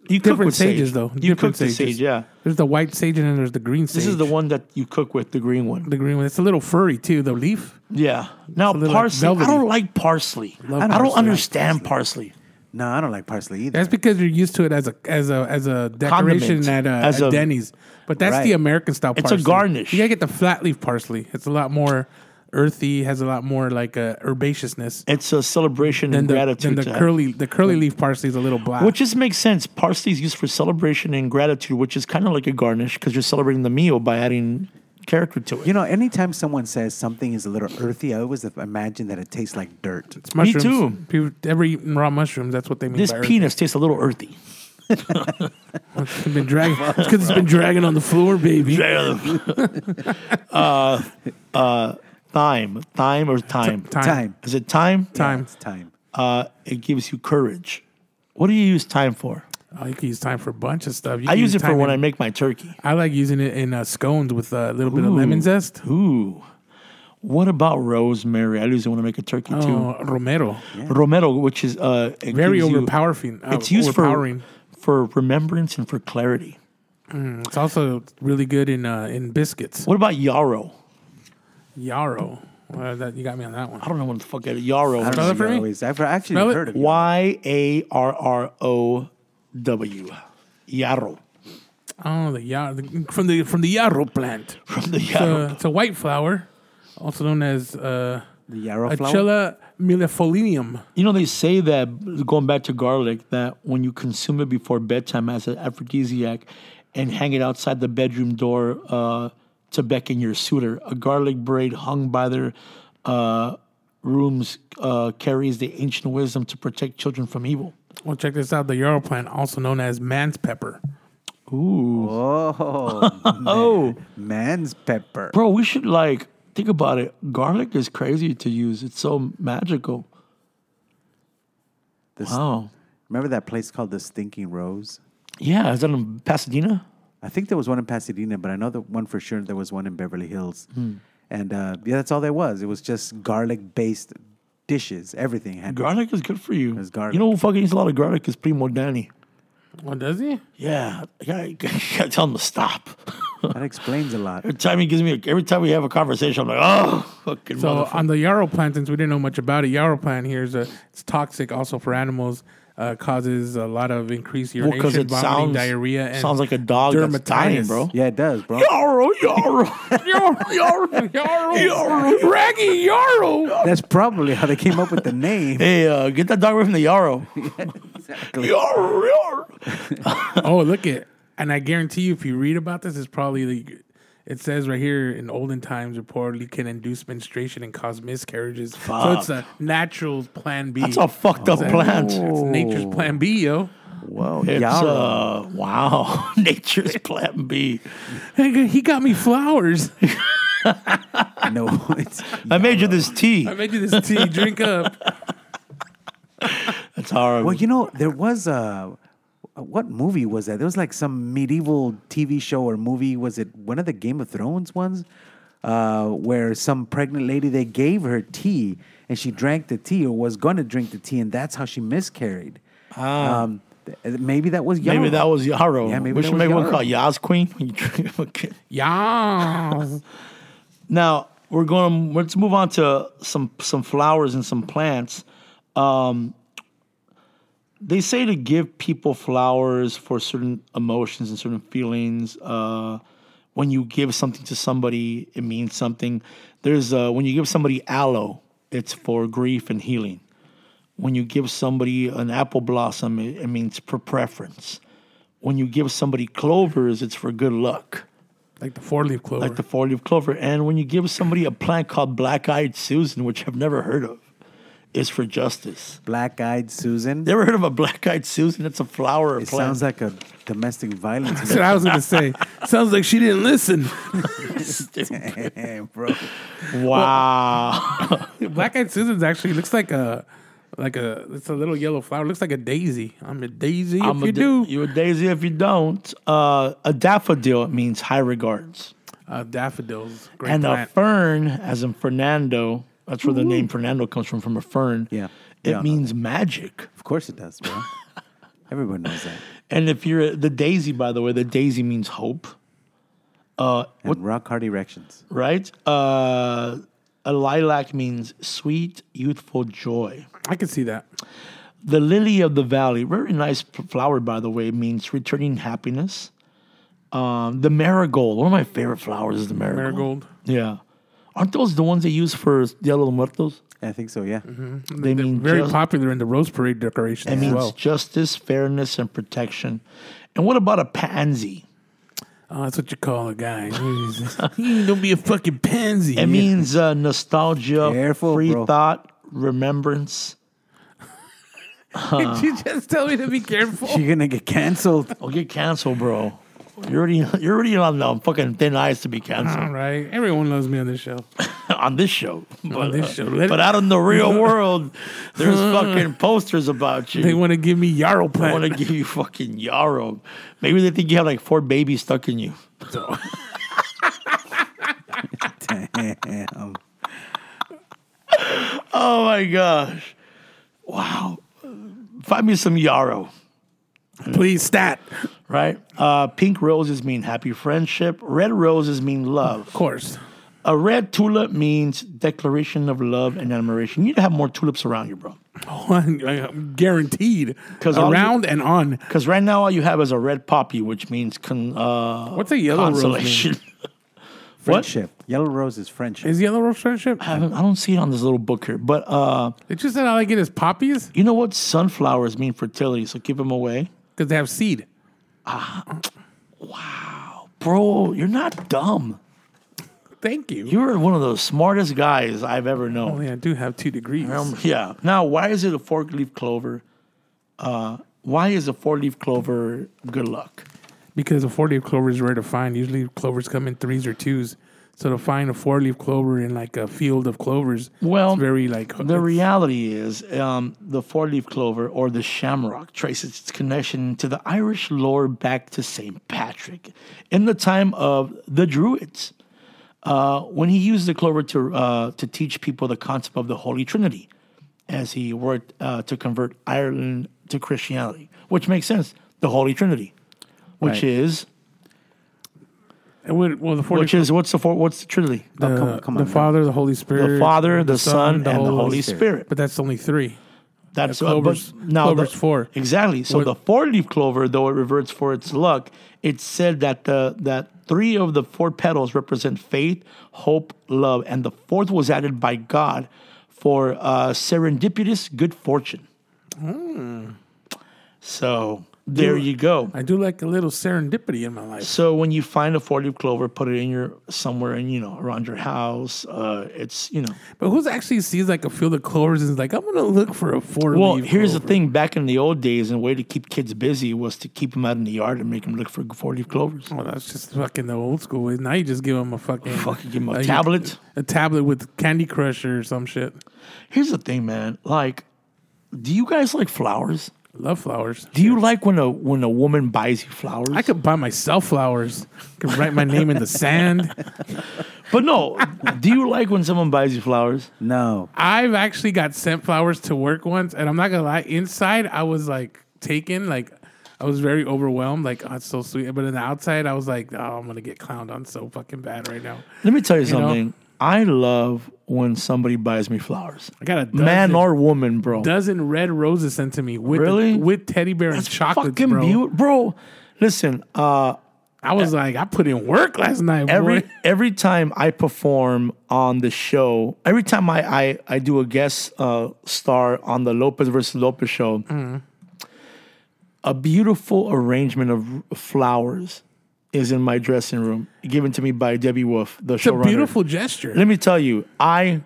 S3: You cook
S1: different
S3: with
S1: sages
S3: sage.
S1: though.
S3: You
S1: different
S3: cook the sage, yeah.
S1: There's the white sage and then there's the green sage.
S3: This is the one that you cook with, the green one.
S1: the green one. It's a little furry too. The leaf.
S3: Yeah. Now
S1: little, like,
S3: parsley. I
S1: velvety.
S3: don't like parsley.
S1: Love
S3: I don't
S1: parsley.
S3: understand parsley.
S4: No, I don't like parsley either.
S1: That's because you're used to it as a as a as a decoration at,
S3: Condiment.
S1: uh,
S3: As
S1: at
S3: a-
S1: Denny's. But that's
S4: Right.
S1: the American style.
S3: It's a
S1: parsley.
S3: garnish.
S1: You gotta get the flat leaf parsley. It's a lot more earthy. Has a lot more like uh, herbaceousness.
S3: It's a celebration
S1: than
S3: and
S1: the,
S3: gratitude.
S1: than the
S3: to have.
S1: curly the curly leaf parsley is a little black.
S3: Which just makes sense. Parsley is used for celebration and gratitude, which is kind of like a garnish because you're celebrating the meal by adding character to it.
S4: You know, anytime someone says something is a little earthy, I always imagine that it tastes like dirt.
S1: it's
S3: me
S1: mushrooms.
S3: too.
S1: People, every eating raw mushrooms. That's what they mean.
S3: this
S1: by
S3: penis tastes a little earthy.
S1: earthy. It's been dragging. it's because it's been dragging on the floor, baby.
S3: uh, uh, thyme, thyme or thyme?
S1: Time.
S4: Time.
S3: Is it thyme?
S1: Time.
S4: It's time.
S3: Uh, it gives you courage. What do you use thyme for?
S1: Oh, you can use time for a bunch of stuff. You
S3: I
S1: can
S3: use it for
S1: thyme
S3: when I
S1: in-
S3: make my turkey.
S1: I like using it in uh, scones with a little bit of lemon zest.
S3: Ooh. What about rosemary? I usually want to make a turkey too.
S1: Oh, Romero.
S3: Romero, which is uh, it
S1: Very
S3: gives you-
S1: overpowering. uh,
S3: It's used for,
S1: overpowering.
S3: for remembrance and for clarity.
S1: It's also really good in uh, in biscuits.
S3: What about yarrow?
S1: Yarrow. Uh, that, you got me on that
S3: I
S1: one.
S3: don't know what the fuck that yarrow.
S4: I don't
S1: Spell
S4: know
S1: it for
S4: if you
S1: me?
S4: always- I've actually
S1: Spell it?
S4: heard of it.
S3: Y a r r o w. Yarrow
S1: Oh, the yarrow from the from the yarrow plant.
S3: from the
S1: It's
S3: yarrow.
S1: a, it's a white flower, also known as uh,
S4: The yarrow flower.
S1: Achilla millifolium.
S3: you know they say that going back to garlic that when you consume it before bedtime as an aphrodisiac, and hang it outside the bedroom door uh, to beckon your suitor. A garlic braid hung by their uh, rooms uh, carries the ancient wisdom to protect children from evil.
S1: Well, check this out. The yarrow plant, also known as man's pepper.
S3: Oh.
S4: Man's pepper.
S3: Bro, we should like think about it. Garlic is crazy to use. It's so magical.
S4: This-
S3: Wow.
S4: Remember that place called the Stinking Rose?
S3: Yeah, is that in Pasadena?
S4: I think there was one in Pasadena, but I know the one for sure there was one in Beverly Hills. And uh, yeah, that's all there was. It was just garlic based dishes. Everything had
S3: Garlic is good for you.
S4: It's garlic.
S3: You know who fucking eats a lot of garlic is Primo Danny.
S1: Oh, does he?
S3: Yeah, I gotta, I gotta tell him to stop.
S4: that explains a lot.
S3: Every time he gives me, a, every time we have a conversation, I'm like, oh, fucking
S1: So
S3: motherfucker.
S1: on the yarrow plant, since we didn't know much about it, yarrow plant here is a it's toxic also for animals. Uh, causes a lot of increased
S3: Well,
S1: urination,
S3: 'cause it
S1: vomiting,
S3: sounds
S1: diarrhea, and
S3: sounds like a dog that's dying,
S1: dermatitis.
S3: bro.
S4: Yeah, it does, bro.
S3: Yarrow, yarrow, yarrow, yarrow.
S1: Yarrow,
S3: Yarrow.
S1: Raggy Yarrow.
S4: That's probably how they came up with the name.
S3: Hey, uh, get that dog away from the yarrow. Yarrow, yarrow.
S1: oh, look it! And I guarantee you, if you read about this, it's probably the. It says right here in olden times, reportedly can induce menstruation and cause miscarriages. So it's a natural plan B.
S3: That's a fucked up plant.
S1: It's nature's plan B, yo.
S4: Whoa,
S3: It's
S4: yarrow.
S3: uh, wow, nature's plan B.
S1: Hey, He got me flowers.
S4: no, it's
S3: I made you this tea.
S1: I made you this tea. Drink up.
S3: That's horrible.
S4: Well, you know, there was a. What movie was that? There was like some medieval TV show or movie. Was it one of the Game of Thrones ones? Uh, where some pregnant lady, they gave her tea and she drank the tea or was going to drink the tea, and that's how she miscarried. Um, th- maybe that was
S3: Ah. maybe
S4: Yarrow.
S3: that was yarrow.
S4: Yeah, maybe
S3: we
S4: that
S3: should
S4: was
S3: make one
S4: yarrow.
S3: called Yaz Queen. When you drink it, okay.
S1: Yeah.
S3: now we're going. Let's move on to some some flowers and some plants. Um, they say to give people flowers for certain emotions and certain feelings. Uh, when you give something to somebody, it means something. There's uh, when you give somebody aloe, it's for grief and healing. When you give somebody an apple blossom, it, it means for preference. When you give somebody clovers, it's for good luck.
S1: Like the four leaf clover.
S3: like the four leaf clover. And when you give somebody a plant called black eyed Susan, which I've never heard of, is for justice.
S4: Black Eyed Susan.
S3: You ever heard of a black eyed Susan? It's a flower or
S4: It
S3: plant.
S4: sounds like a domestic violence.
S1: That's what I was gonna say. Sounds like she didn't listen.
S4: Damn, bro.
S3: wow.
S1: Black eyed Susan's actually looks like a like a it's a little yellow flower. Looks like a daisy. I'm a daisy if
S3: I'm a
S1: you
S3: da-
S1: do.
S3: You're a daisy if you don't. Uh, a daffodil means high regards.
S1: Uh, daffodils. Great
S3: and
S1: plant.
S3: a fern, as in Fernando, that's where the name Fernando comes from, from a fern.
S4: Yeah.
S3: It
S4: Yeah, I know
S3: means magic.
S4: Of course it does, bro. Everyone knows that.
S3: And if you're a- the daisy, by the way, the daisy means hope,
S4: And rock hard erections.
S3: right? Uh, a lilac means sweet, youthful joy.
S1: I can see that.
S3: The lily of the valley, very nice p- flower, by the way, means returning happiness. Um, the marigold, one of my favorite flowers is the marigold.
S1: Marigold.
S3: Yeah. Aren't those the ones they use for Dia de los Muertos?
S4: I think so, yeah.
S3: Mm-hmm. They mean
S1: Very
S3: just-
S1: popular in the rose parade decorations
S3: It
S1: as
S3: means
S1: well.
S3: justice, fairness, and protection. And what about a pansy?
S1: Oh, that's what you call a guy. Jesus. he don't be a fucking pansy.
S3: It means uh, nostalgia,
S4: Careful,
S3: free
S4: bro.
S3: thought, remembrance.
S1: Did you just tell me to be careful?
S4: You're going to get canceled.
S3: Oh, get canceled, bro. You're already you're already on the fucking thin ice to be canceled
S1: All right. Everyone loves me on this show.
S3: on this show. But,
S1: this
S3: uh,
S1: show. Let-
S3: but out in the real world, there's fucking posters about you.
S1: They want to give me yarrow
S3: I want
S1: plant.
S3: to give you fucking yarrow. Maybe they think you have like four babies stuck in you.
S4: Damn.
S3: Oh my gosh. Wow. Find me some yarrow.
S1: Please stat. Of
S3: right? Uh, pink roses mean happy friendship. Red roses mean love.
S1: course.
S3: A red tulip means declaration of love and admiration. You need to have more tulips around you, bro.
S1: Guaranteed.
S3: 'Cause all you-
S1: around and on.
S3: Because right now all you have is a red poppy, which means con- uh,
S1: What's a yellow rose?
S3: consolation.
S1: Mean?
S4: Friendship. Yellow Rose is friendship.
S1: Is yellow rose friendship?
S3: I, haven't- I don't see it on this little book here, but uh,
S1: It just said all I get is poppies
S3: you know what? Sunflowers mean fertility, so keep them away,
S1: because they have seed.
S3: bro. You're not dumb.
S1: Thank you.
S3: You're one of the smartest guys I've ever known.
S1: Only I do have two degrees.
S3: Um, yeah. Now, why is it a four leaf clover? Uh, why is a four leaf clover good luck?
S1: because a four leaf clover is rare to find. Usually clovers come in threes or twos. So to find a four leaf clover in like a field of clovers,
S3: Well,
S1: it's very like
S3: The reality is, um, the four leaf clover or the shamrock traces its connection to the Irish lore back to St. Patrick in the time of the Druids. Uh, when he used the clover to, uh, to teach people the concept of the Holy Trinity as he worked uh, to convert Ireland to Christianity, which makes sense. The Holy Trinity, which
S4: Right.
S3: is
S1: It would- well the four leaf
S3: Which is what's the four, what's the Trinity? The,
S4: Oh,
S1: Uh,
S4: come on, come
S1: the
S4: on. now.
S1: Father, the Holy Spirit,
S3: Father, the, Son, and the Holy
S4: Spirit.
S3: Spirit.
S1: But that's only three.
S3: That's
S1: the
S3: uh, but
S1: clover's-
S3: the-
S1: clover's four.
S3: Exactly. So
S1: What-
S3: the four-leaf clover, though it reverts for its luck, it's said that the that three of the four petals represent faith, hope, love, and the fourth was added by God for uh, serendipitous good fortune.
S1: Hmm.
S3: So there you go.
S1: I do like a little serendipity in my life.
S3: So when you find a four-leaf clover, put it in your somewhere and you know around your house. Uh, it's you know
S1: But who's actually sees like a field of clovers and is like, I'm gonna look for a four
S3: Well,
S1: leaf.
S3: here's the
S1: clover.
S3: thing: back in the old days, and way to keep kids busy was to keep them out in the yard and make them look for four-leaf clovers.
S1: Well, that's just fucking the old school way. Now you just give them a fucking, uh,
S3: Fucking give 'em a
S1: you-
S3: tablet.
S1: a tablet with Candy Crush or some shit.
S3: Here's the thing, man. Like, do you guys like flowers?
S1: Love flowers.
S3: Do you like when a when a woman buys you flowers?
S1: I could buy myself flowers. I could write my name in the sand.
S3: but no. do you like when someone buys you flowers?
S4: No.
S1: I've actually got sent flowers to work once, and I'm not gonna lie. Inside, I was like taken, like I was very overwhelmed, like oh, it's so sweet. But on the outside, I was like, oh, I'm gonna get clowned on so fucking bad right now.
S3: Let me tell you
S1: know?
S3: something. I love when somebody buys me flowers,
S1: I got a dozen,
S3: man or woman, bro.
S1: dozen red roses sent to me with
S3: Really?
S1: with teddy bear and
S3: That's
S1: chocolate,
S3: fucking
S1: bro.
S3: beautiful, bro. Listen, uh,
S1: I was like, I put in work last night,
S3: every
S1: boy.
S3: every time I perform on the show, every time I I, I do a guest uh, star on the Lopez versus Lopez show, a beautiful arrangement of flowers is in my dressing room, given to me by Debbie Wolf, the
S1: It's a
S3: showrunner.
S1: beautiful gesture.
S3: Let me tell you, I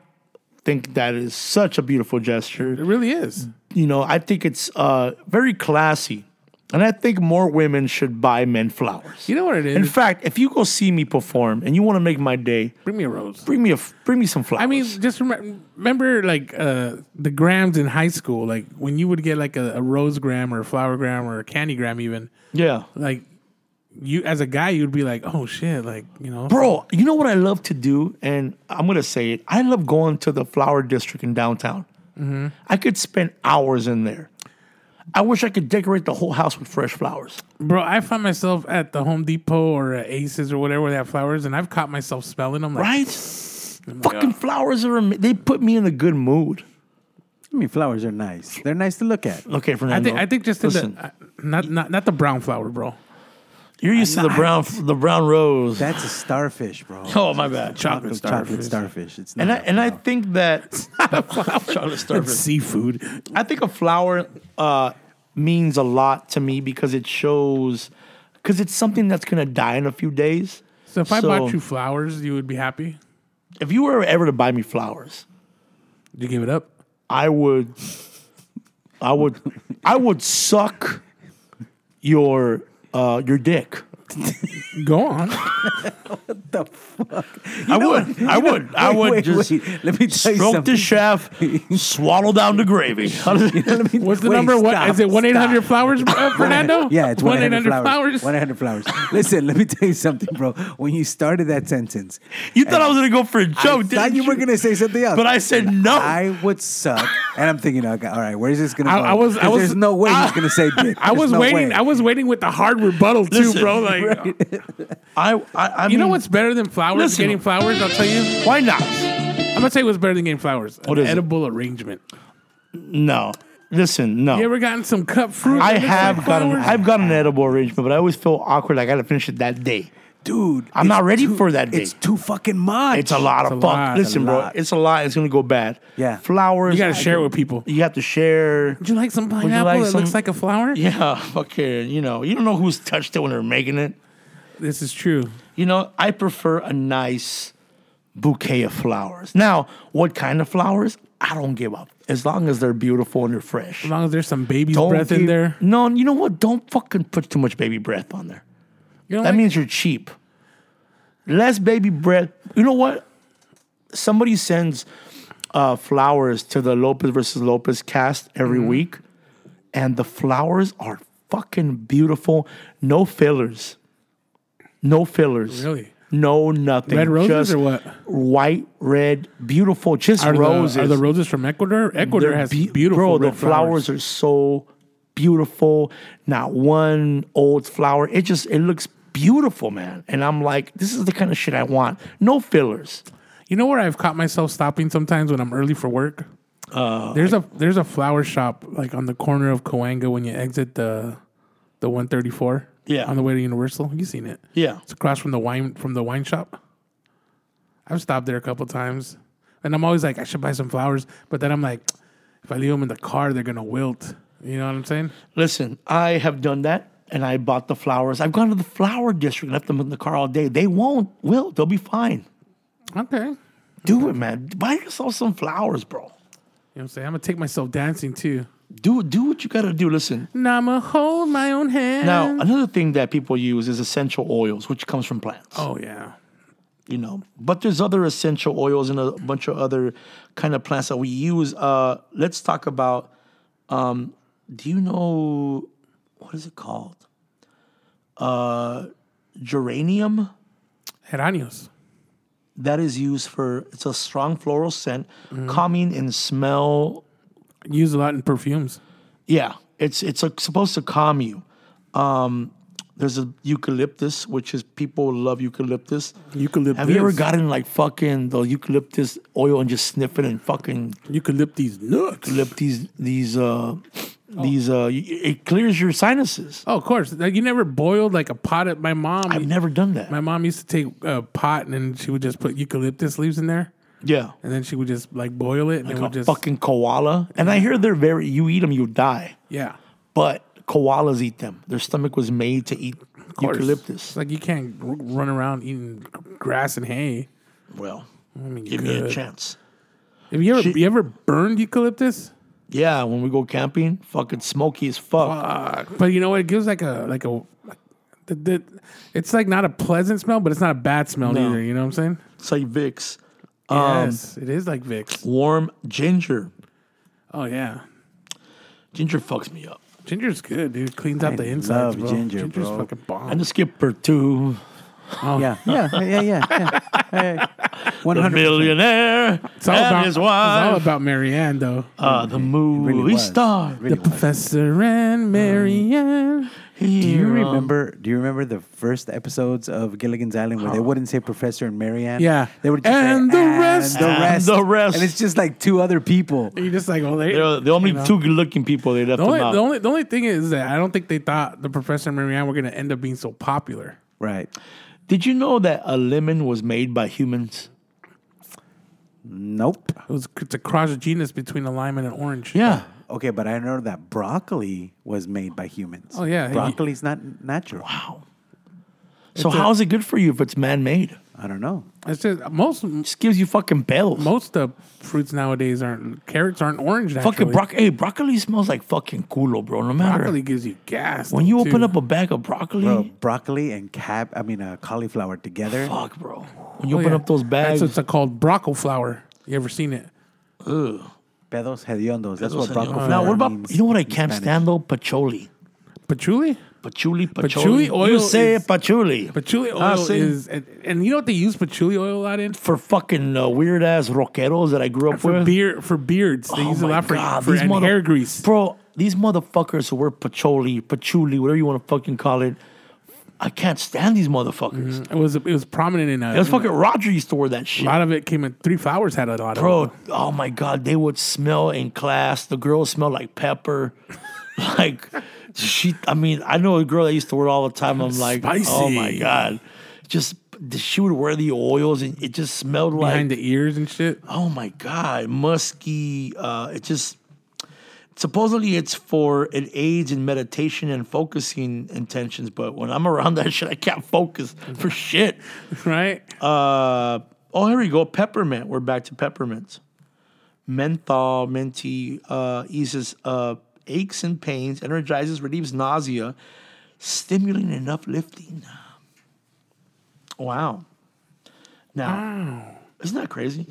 S3: think that is such a beautiful gesture.
S1: It really is.
S3: You know, I think it's uh, very classy, and I think more women should buy men flowers.
S1: You know what it is?
S3: In fact, if you go see me perform and you want to make my day,
S1: Bring me a rose.
S3: bring me a bring me some flowers.
S1: I mean, just remember, remember like uh, the grams in high school, like when you would get like a, a rose gram or a flower gram or a candy gram, even
S3: yeah,
S1: like you as a guy, you'd be like, oh shit, like you know,
S3: bro. You know what I love to do, and I'm gonna say it. I love going to the flower district in downtown.
S1: Mm-hmm.
S3: I could spend hours in there. I wish I could decorate the whole house with fresh flowers.
S1: bro. I find myself at the Home Depot or at Aces or whatever they have flowers, and I've caught myself smelling them. Like,
S3: right? Fucking flowers are ama- they put me in a good mood.
S4: I mean, flowers are nice. They're nice to look at.
S3: Okay,
S1: I
S3: Fernando.
S1: think I think just in the uh, not not not the brown flower, bro.
S3: you're used to the brown the brown rose.
S4: That's a starfish, bro.
S3: oh my bad.
S1: Chocolate
S4: Chocolate
S1: starfish,
S4: starfish. It's not
S3: And I
S4: a
S3: and I
S4: flower.
S3: think that chocolate starfish.
S1: seafood.
S3: I think a flower uh, means a lot to me because it shows because it's something that's gonna die in a few days.
S1: So if I bought
S3: So-
S1: you flowers, you would be happy.
S3: If you were ever to buy me flowers,
S1: You give it up.
S3: I would, I would, I would suck your uh, your dick.
S1: Go on.
S3: I would, I would, I
S4: Wait,
S3: would
S4: wait,
S3: just
S4: wait. Let me tell you
S3: stroke
S4: something.
S3: the shaft, swallow down the gravy. How does it-
S4: Let me-
S1: What's the
S4: wait,
S1: number? What is
S4: stop,
S1: it? One eight hundred
S4: stop.
S1: flowers, uh, Fernando.
S4: Yeah, it's one eight hundred flowers. One
S1: flowers.
S4: eight hundred flowers. Listen, let me tell you something, bro. When you started that sentence,
S3: you thought I was gonna go for a joke,
S4: I
S3: didn't
S4: thought you were gonna say something else.
S3: But I said no.
S4: I would suck, and I'm thinking, okay, all right, where's this gonna
S1: I-
S4: go?
S1: I was- I
S4: 'Cause
S1: was-
S4: there's no way he's gonna say dick.
S1: I was
S4: There's no
S1: waiting.
S4: way.
S1: I was waiting with the hard rebuttal too,
S3: Listen,
S1: bro. Like,
S3: I, I, I
S1: you know
S3: mean,
S1: what's better than flowers?
S3: Listen.
S1: Getting flowers. I'll tell you.
S3: Why not?
S1: I'm gonna tell you what's better than getting flowers.
S3: What
S1: An
S3: is it?
S1: edible arrangement.
S3: No. Listen, no.
S1: You ever gotten some cut fruit? that
S3: I
S1: looks
S3: have
S1: like
S3: gotten
S1: flowers?
S3: I've gotten an edible arrangement, but I always feel awkward. I gotta finish it that day.
S4: dude.
S3: I'm
S4: it's
S3: not ready
S4: too-
S3: for that day.
S4: It's too fucking much.
S3: It's a lot
S1: It's
S3: of
S1: a
S3: fuck.
S1: lot,
S3: Listen,
S4: a
S3: bro,
S4: lot.
S3: it's a lot. It's gonna go bad.
S4: Yeah.
S3: Flowers.
S1: You gotta
S3: I
S1: share it
S3: can-
S1: with people.
S3: You have to share.
S1: Would you like some
S3: you
S1: pineapple
S3: like
S1: that looks
S3: some-
S1: like a flower?
S3: Yeah, fucking. You know, you don't know who's touched it when they're making it.
S1: This is true.
S3: You know, I prefer a nice bouquet of flowers. Now, what kind of flowers? I don't give up. As long as they're beautiful and they're fresh.
S1: As long as there's some baby's
S3: Don't
S1: breath in
S3: give-
S1: there.
S3: No, you know what? Don't fucking put too much baby breath on there.
S1: You know,
S3: That
S1: like,
S3: means you're cheap. Less baby bread. You know what? Somebody sends uh, flowers to the Lopez versus Lopez cast every
S1: Mm-hmm.
S3: week, and the flowers are fucking beautiful. No fillers. No fillers.
S1: Really?
S3: No nothing.
S1: Red roses
S3: Just
S1: or what?
S3: White, red, beautiful. Just
S1: are
S3: roses.
S1: The, are the roses from Ecuador? Ecuador
S3: They're
S1: has
S3: be-
S1: beautiful
S3: Bro,
S1: red
S3: the flowers. are so beautiful. Not one old flower. It just it looks beautiful, man. And I'm like, this is the kind of shit I want. No fillers.
S1: You know where I've caught myself stopping sometimes when I'm early for work?
S3: Uh,
S1: there's a there's a flower shop like on the corner of Coanga when you exit the the 134.
S3: Yeah.
S1: On the way to Universal. You've seen it.
S3: Yeah.
S1: It's across from the wine from the wine shop. I've stopped there a couple times. And I'm always like, I should buy some flowers. But then I'm like, if I leave them in the car, they're gonna wilt. You know what I'm saying?
S3: Listen, I have done that and I bought the flowers. I've gone to the flower district, left them in the car all day. They won't, will, they'll be fine.
S1: Okay. You know
S3: Do it, man. Buy yourself some flowers, bro.
S1: what I'm saying? I'm gonna take myself dancing too.
S3: Do do what you gotta do. Listen.
S1: And I'ma hold my own hand.
S3: Now, another thing that people use is essential oils, which comes from plants.
S1: oh yeah.
S3: you know. But there's other essential oils and a bunch of other kind of plants that we use. Uh, let's talk about. Um, do you know what is it called? Uh, geranium
S1: Geranios.
S3: that is used for it's a strong floral scent, calming and smell.
S1: Used a lot in perfumes.
S3: Yeah, it's it's a, supposed to calm you. Um, there's a eucalyptus, which is people love eucalyptus.
S1: Eucalyptus.
S3: Have you ever gotten like fucking the eucalyptus oil and just sniff it and fucking
S1: eucalyptus nuts?
S3: lip these these uh these uh y- it clears your sinuses.
S1: Oh, of course. Like, you never boiled like a pot at my mom.
S3: I've never done that.
S1: my mom used to take a pot and then she would just put eucalyptus leaves in there,
S3: yeah.
S1: and then she would just like boil it and it
S3: Like
S1: would
S3: a
S1: just
S3: fucking koala. And I hear they're very you eat them you die.
S1: yeah.
S3: But koalas eat them. Their stomach was made to eat
S1: course.
S3: eucalyptus.
S1: Like you can't r- run around eating grass and hay.
S3: Well,
S1: I mean,
S3: give me a
S1: good.
S3: chance.
S1: Have you ever
S3: Shit.
S1: you ever burned eucalyptus?
S3: Yeah, when we go camping, fucking smoky as fuck.
S1: But you know what? It gives like a like a. The, the, it's like not a pleasant smell, but it's not a bad smell
S3: No. Um,
S1: either. You know what I'm saying?
S3: It's like Vicks.
S1: yes, it is like Vicks.
S3: Warm ginger.
S1: Oh yeah,
S3: Ginger fucks me up.
S1: ginger's good, dude. Cleans out
S4: I
S1: the insides,
S4: love
S1: bro.
S4: ginger,
S1: Ginger's
S4: bro.
S1: fucking bomb.
S3: I'm the skipper too.
S4: Yeah, yeah, yeah, yeah. yeah. One
S3: The
S4: hundred.
S3: millionaire
S1: it's all
S3: and
S1: about
S3: his
S1: it's all
S3: wife.
S1: about Marianne though.
S3: Uh, the movie
S4: really was.
S3: star.
S4: Really
S1: the
S4: was.
S1: professor
S4: Mm.
S1: and Marianne.
S4: Do you remember? Do you remember the first episodes of Gilligan's Island where they wouldn't say Professor and Marianne?
S1: Yeah.
S4: they would just
S1: And
S4: say,
S1: the rest-
S4: the
S3: And
S4: rest,
S3: the rest."
S4: and it's just like two other people.
S1: You're just like, oh, they,
S3: They're the only two good-looking people they left
S1: The only,
S3: them out.
S1: the only the only thing is that I don't think they thought the Professor and Marianne were going to end up being so popular.
S4: Right?
S3: Did you know that a lemon was made by humans?
S4: Nope.
S1: It was it's a cross genus between a lime and an orange.
S3: Yeah.
S4: Okay, but I know that broccoli was made by humans.
S1: Oh, yeah.
S4: broccoli's not natural.
S3: Wow. So how is it good for you if it's man-made?
S4: I don't know.
S1: it's just most
S3: just gives you fucking bells.
S1: most of fruits nowadays aren't carrots aren't orange.
S3: fucking
S1: naturally.
S3: broccoli. Hey, broccoli smells like fucking culo, bro. No matter.
S1: broccoli gives you gas.
S3: when
S1: though,
S3: you
S1: too.
S3: open up a bag of broccoli,
S4: Bro, broccoli and cab. I mean, uh, cauliflower together.
S3: fuck, bro. When you
S1: Oh,
S3: open
S1: yeah.
S3: up those bags,
S1: that's what's called broccoli flour. You ever seen it?
S4: Pedos hediondos. That's what
S3: those are-
S4: broccoli.
S3: now what about
S4: means
S3: you know what I
S4: in
S3: can't
S4: Spanish.
S3: stand though? Patchouli,
S1: Patchouli.
S3: patchouli, patchouli.
S1: Patchouli oil
S3: you say
S1: is-
S3: patchouli.
S1: Patchouli
S3: I
S1: oil
S3: see.
S1: is, and, and you know what they use patchouli oil a lot in
S3: for fucking uh, weird ass rockeros that I grew up
S1: for
S3: with.
S1: beard for beards. They
S3: Oh
S1: use it a
S3: my
S1: lot for,
S3: God,
S1: for
S3: these
S1: and
S3: mother-
S1: hair grease.
S3: Bro, these motherfuckers who wear patchouli, patchouli, whatever you want to fucking call it. I can't stand these motherfuckers.
S1: It was it was prominent in uh,
S3: That's
S1: in-
S3: fucking Roger used to wear that
S1: A
S3: shit.
S1: lot of it came in three flowers had a lot of
S3: Bro, oh my God, they would smell in class. The girls smell like pepper. like, she, I mean, I know a girl that used to wear it all the time. I'm like, oh my
S1: Spicy.
S3: God. Just, she would wear the oils and it just smelled
S1: it
S3: like,
S1: behind the ears and shit.
S3: oh my God, musky. Uh, it just, supposedly it's for, it aids in meditation and focusing intentions. But when I'm around that shit, I can't focus for shit.
S1: Right?
S3: Uh, oh, here we go. Peppermint. We're back to peppermints. Menthol, minty, uh, eases uh, aches and pains, energizes, relieves nausea, stimulating and uplifting. Wow. Now, isn't that crazy?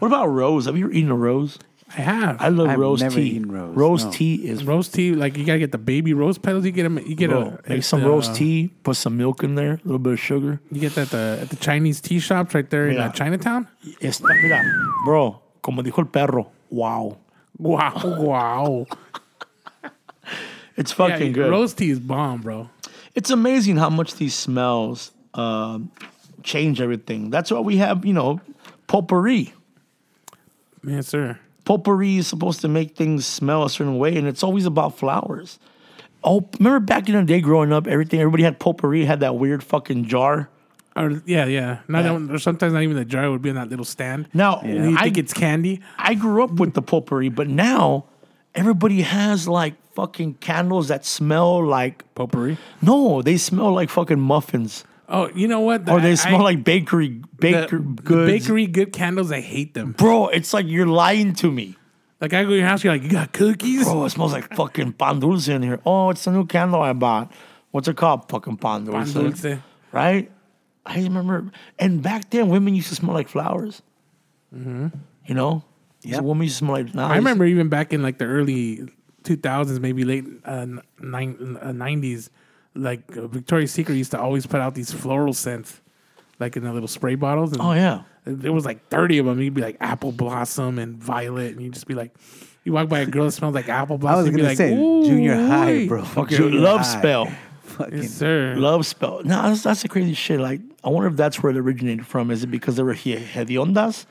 S3: What about rose? Have you ever eaten a rose?
S1: I have.
S3: I love
S4: I've
S3: rose
S4: never
S3: tea.
S4: eaten rose, no.
S3: tea is
S1: rose tea, like you gotta get the baby rose petals. You get them. You get
S3: bro,
S1: a
S3: make some
S1: uh,
S3: rose tea, put some milk in there, a little bit of sugar.
S1: You get that at the, at the Chinese tea shops right there in
S3: Yeah.
S1: uh, Chinatown.
S3: Está, mira, bro, como dijo el perro, wow.
S1: Wow, wow.
S3: It's
S1: yeah,
S3: fucking good.
S1: Rose tea is bomb, bro.
S3: it's amazing how much these smells um, change everything. That's why we have, you know, potpourri.
S1: Yes, sir.
S3: Potpourri is supposed to make things smell a certain way, and it's always about flowers. Oh, remember back in the day growing up, everything everybody had potpourri, had that weird fucking jar.
S1: Or yeah, yeah. Not even- or sometimes not even the jar would be on that little stand.
S3: Now
S1: And you
S3: I
S1: think it's candy.
S3: I grew up with the potpourri, but now everybody has like fucking candles that smell like
S1: Potpourri.
S3: no, they smell like fucking muffins,
S1: Oh, you know what?
S3: or they
S1: I-
S3: smell
S1: I-
S3: like bakery
S1: the-
S3: baker
S1: the
S3: goods.
S1: bakery good candles. I hate them.
S3: Bro, it's like you're lying to me.
S1: Like I go to your house, you're like, you got cookies.
S3: Bro, it smells like fucking pan dulce in here. Oh, it's the new candle I bought. What's it called? Fucking pan dulce.
S1: Pan dulce.
S3: Right? I remember. And back then, women used to smell like flowers. You know?
S4: Yep.
S3: So women used to smell like.
S1: Mm-hmm. I remember even back in like the early 2000s, maybe late uh, nine, uh, 90s, like uh, Victoria's Secret used to always put out these floral scents, like in the little spray bottles. And
S3: Oh, yeah.
S1: There was like 30 of them. You'd be like apple blossom and violet, and you'd just be like, you walk by a girl that smells like apple
S4: I
S1: blossom.
S4: was
S1: you'd be
S4: gonna
S1: like,
S4: say
S1: "Ooh,
S4: junior high,
S1: wait."
S4: bro.
S3: Fucking
S4: Junior
S3: love
S4: high.
S3: spell.
S4: Fucking
S1: Yes, sir.
S3: Love spell. No, that's, that's the crazy shit. Like, I wonder if that's where it originated from. Is it because they were he- hediondas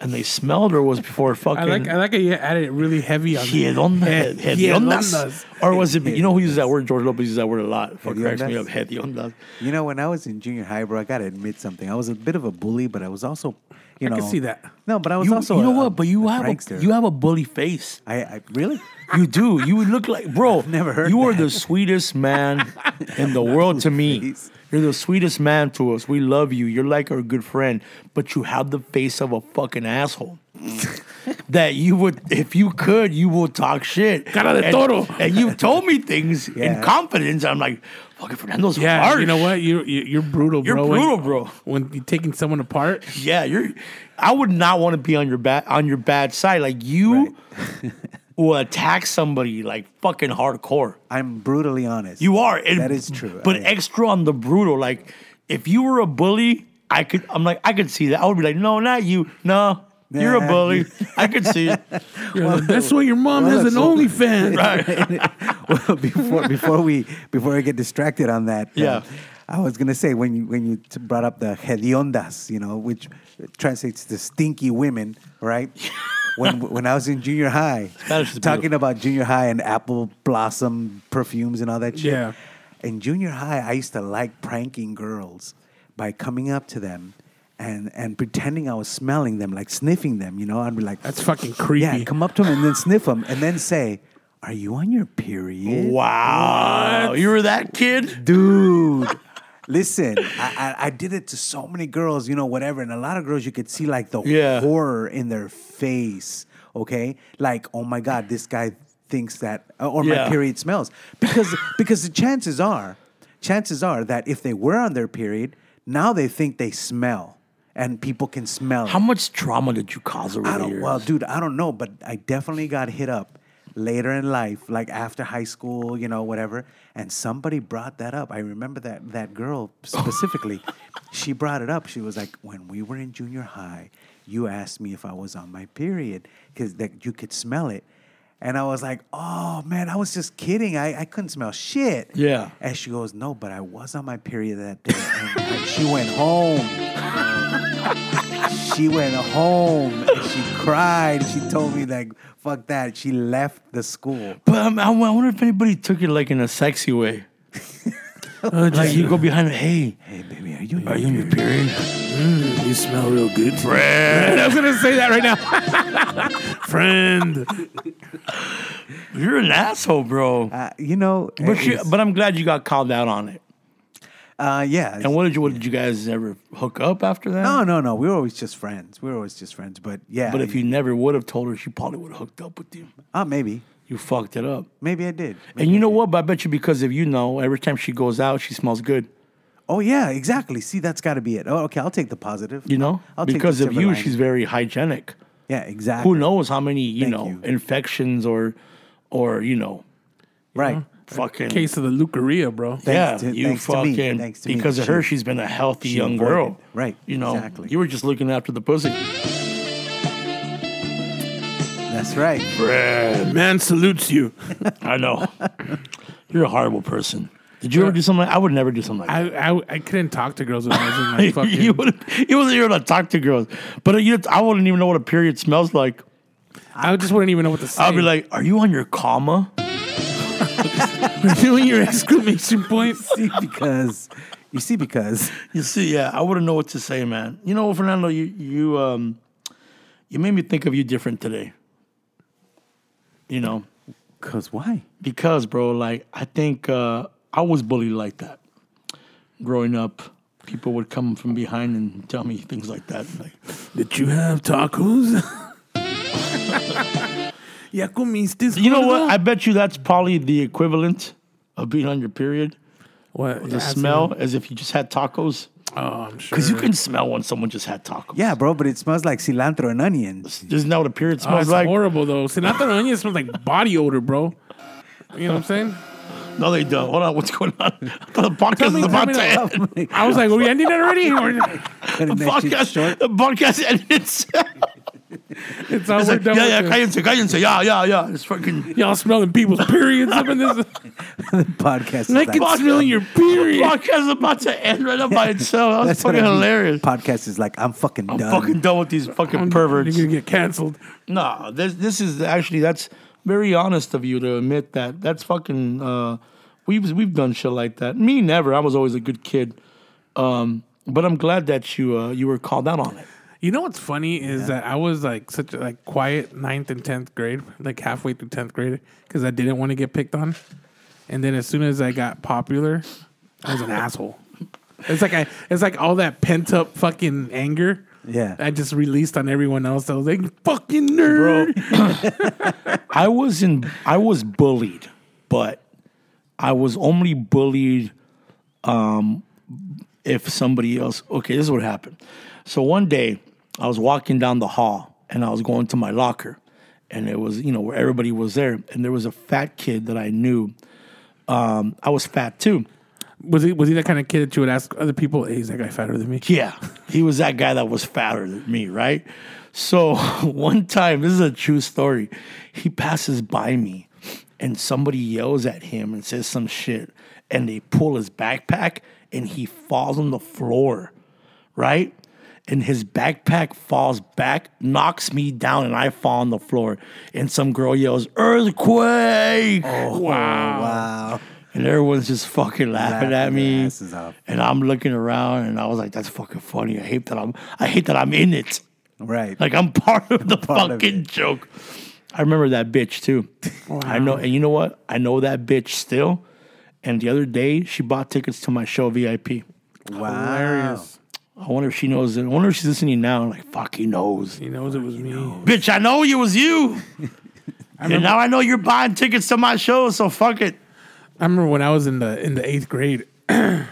S3: and they smelled, or was it before fucking.
S1: I like I like how you added it really heavy on
S3: Hedionda-
S1: He-
S3: hediondas.
S1: hediondas.
S3: Or was it, you know who uses that word? George Lopez uses that word a lot. Fuck, cracks me
S4: Hediondas?
S3: up. Hediondas.
S4: You know, when I was in junior high, bro, I gotta admit something. I was a bit of a bully, but I was also you
S1: I
S4: know.
S1: can see that.
S4: No, but I was
S3: You,
S4: also
S3: you know
S4: a-
S3: what? But you
S4: a
S3: have
S4: prankster.
S3: a you have a bully face.
S4: I, I really.
S3: You do. You look like bro.
S4: never heard
S3: You are
S4: that.
S3: the sweetest man in the world to me.
S4: face.
S3: You're the sweetest man to us. We love you. You're like our good friend, but you have the face of a fucking asshole. that you would, if you could, you will talk shit.
S1: Cara de
S3: and,
S1: toro.
S3: And you've told me things
S4: Yeah.
S3: in confidence. I'm like, fucking Fernando's
S1: Yeah,
S3: harsh.
S1: you know what? You, you you're brutal,
S3: You're
S1: bro. when-
S3: brutal, bro.
S1: When you're taking someone apart,
S3: Yeah, you're. I would not want to be on your bad on your bad side. Like you will attack somebody like fucking hardcore.
S4: I'm brutally honest.
S3: You are. and-
S4: That is true.
S3: But
S4: I am.
S3: extra on the brutal. Like if you were a bully, I could. I'm like I could see that. I would be like, no, not you. No, you're a
S4: Nah,
S3: bully.
S4: you-
S3: I could see it.
S1: You're like, that's why your mom
S4: well,
S1: has an
S4: that's-
S1: OnlyFans.
S4: well, before before we before I get distracted on that, uh,
S3: Yeah.
S4: I was gonna say when you when you t- brought up the hediondas, you know, which translates to stinky women, right? when when I was in junior high,
S3: Spanish is
S4: talking about junior high and apple blossom perfumes and all that shit.
S1: Yeah.
S4: In junior high, I used to like pranking girls by coming up to them. And, and pretending I was smelling them, like sniffing them, you know, I'd be like,
S1: That's fucking creepy.
S4: yeah, come up to him and then sniff him and then say, Are you on your period?
S3: Wow, you were that kid.
S4: Dude. Listen, I, I, I did it to so many girls, you know, whatever. And a lot of girls, you could see like the
S3: Yeah.
S4: horror in their face, okay? Like, oh my God, this guy thinks that, or
S3: Yeah.
S4: my period smells. Because, because the chances are, chances are that if they were on their period, now they think they smell and people can smell it.
S3: How much trauma did you cause over
S4: I
S3: the
S4: don't.
S3: years?
S4: Well, dude, I don't know, but I definitely got hit up later in life, like after high school, you know, whatever. And somebody brought that up. I remember that that girl specifically. she brought it up. She was like, "When we were in junior high, you asked me if I was on my period because that you could smell it." And I was like, "Oh man, I was just kidding. I, I couldn't smell shit."
S3: Yeah.
S4: And she goes, "No, but I was on my period that day." And and she went home. She went home and she cried. She told me like, "Fuck that." She left the school.
S3: but um, I I wonder if anybody took it like in a sexy way. like you go behind, hey,
S4: Hey, baby, are you?
S3: are you on your period?
S2: You smell real good,
S1: I was gonna say that right now, friend.
S3: You're an asshole, bro.
S4: Uh, you know,
S3: But
S4: it
S3: you,
S4: was-
S3: but I'm glad you got called out on it.
S4: uh, yeah.
S3: And what did you what did you guys ever hook up after that?
S4: no, no, no. We were always just friends. We were always just friends. But yeah.
S3: But if you never would have told her, she probably would have hooked up with you.
S4: uh, maybe,
S3: You fucked it up.
S4: maybe I did.
S3: And you know what? But I bet you because if you know, every time she goes out, she smells good.
S4: Oh yeah, exactly. See, that's got to be it. Oh, okay. I'll take the positive.
S3: You know,
S4: I'll take the
S3: because of
S4: silver
S3: you,
S4: lining.
S3: she's very hygienic.
S4: yeah, exactly.
S3: Who knows how many you
S4: Thank
S3: know
S4: you.
S3: infections or or you know
S4: Right.
S3: fucking
S1: Case of the Leukorrhea, bro.
S3: yeah
S4: Thanks to-
S3: you
S4: thanks to me.
S3: fucking
S4: Thanks to me.
S3: because of her,
S4: She-
S3: she's been a healthy
S4: she
S3: young
S4: avoided
S3: girl.
S4: it. Right,
S3: You know,
S4: exactly.
S3: you were just looking after the pussy.
S4: That's right.
S1: Man salutes you.
S3: I know. You're a horrible person. Did you ever do something? Like, I would never do something like that.
S1: I, I I couldn't talk to girls when I was in like fucking.
S3: you would. You wasn't even to talk to girls, but uh, you, I wouldn't even know what a period smells like.
S1: I just wouldn't even know what to say.
S3: I'd be like, "Are you on your comma?"
S1: doing your exclamation points.
S4: See, because you see, because
S3: You see, yeah, I wouldn't know what to say, man. You know, Fernando, you you um, you made me think of you different today. You know,
S4: because why?
S3: because bro, like I think uh, I was bullied like that growing up. People would come from behind and tell me things like that. Like,
S1: Did you have tacos? Ya comiste.
S3: You know what? I bet you that's probably the equivalent of being on your period.
S1: what
S3: The smell, as if you just had tacos.
S1: Oh, I'm sure.
S3: Because you can smell when someone just had tacos.
S4: Yeah, bro. But it smells like cilantro and onions.
S3: Isn't that what a period
S1: Oh,
S3: smells
S1: it's
S3: like?
S1: horrible though. Sinatra onion smells like body odor, bro. You know what I'm saying?
S3: No, they don't. Hold on. What's going on? I thought the podcast
S1: me-
S3: is
S1: tell
S3: about
S1: me
S3: to
S1: that-
S3: end.
S1: I was like, are we ending it already? Or-
S4: Cutting
S3: The
S4: that shit
S3: podcast, the podcast ended itself.
S1: It's all
S3: It's
S1: we're
S3: like,
S1: done.
S3: yeah, yeah,
S1: with it.
S3: cállense, cállense. Yeah, yeah, yeah. It's fucking.
S1: Y'all smelling people's periods up in this.
S4: podcast. is
S1: Like
S4: like-
S1: it's smelling your period.
S3: podcast is about to end right up by itself. That was
S4: what
S3: fucking
S4: I mean.
S3: hilarious.
S4: Podcast is like I'm fucking
S3: I'm
S4: done.
S3: fucking done with these fucking perverts.
S1: You're gonna get canceled.
S3: No, this this is actually that's very honest of you to admit that. That's fucking. Uh, we've we've done shit like that. Me never. I was always a good kid. Um, but I'm glad that you uh, you were called out on it.
S1: You know what's funny is that I was like such a like quiet ninth and tenth grade, like halfway through tenth grade, because I didn't want to get picked on. And then as soon as I got popular, I was an asshole. It's like I, it's like all that pent up fucking anger.
S4: Yeah.
S1: I just released on everyone else. I was like, fucking nerd.
S3: I was in I was bullied, but I was only bullied um if somebody else okay, this is what happened. So one day I was walking down the hall and I was going to my locker and it was, you know, where everybody was there and there was a fat kid that I knew. Um I was fat too.
S1: Was he was he that kind of kid that you would ask other people, hey, is that guy fatter than me?
S3: Yeah, he was that guy that was fatter than me, right? So one time, this is a true story. He passes by me, and somebody yells at him and says some shit, and they pull his backpack, and he falls on the floor, right? And his backpack falls back, knocks me down, and I fall on the floor. And some girl yells, "Earthquake!"
S1: Wow.
S4: Wow.
S3: And everyone's just fucking laughing
S4: Laughing
S3: at me.
S4: their asses off.
S3: And I'm looking around and I was like, that's fucking funny. I hate that I'm I hate that I'm in it.
S4: Right.
S3: Like I'm part of the
S4: Part of
S3: fucking joke. I remember that bitch too. I know and you know what? I know that bitch still. And the other day she bought tickets to my show VIP.
S4: wow.
S1: Hilarious.
S3: I wonder if she knows it. I wonder if she's listening now. and like, fuck, he knows.
S1: He knows it was me.
S3: Bitch, I know it was you. and now I know you're buying tickets to my show, so fuck it.
S1: I remember when I was in the in the eighth grade, there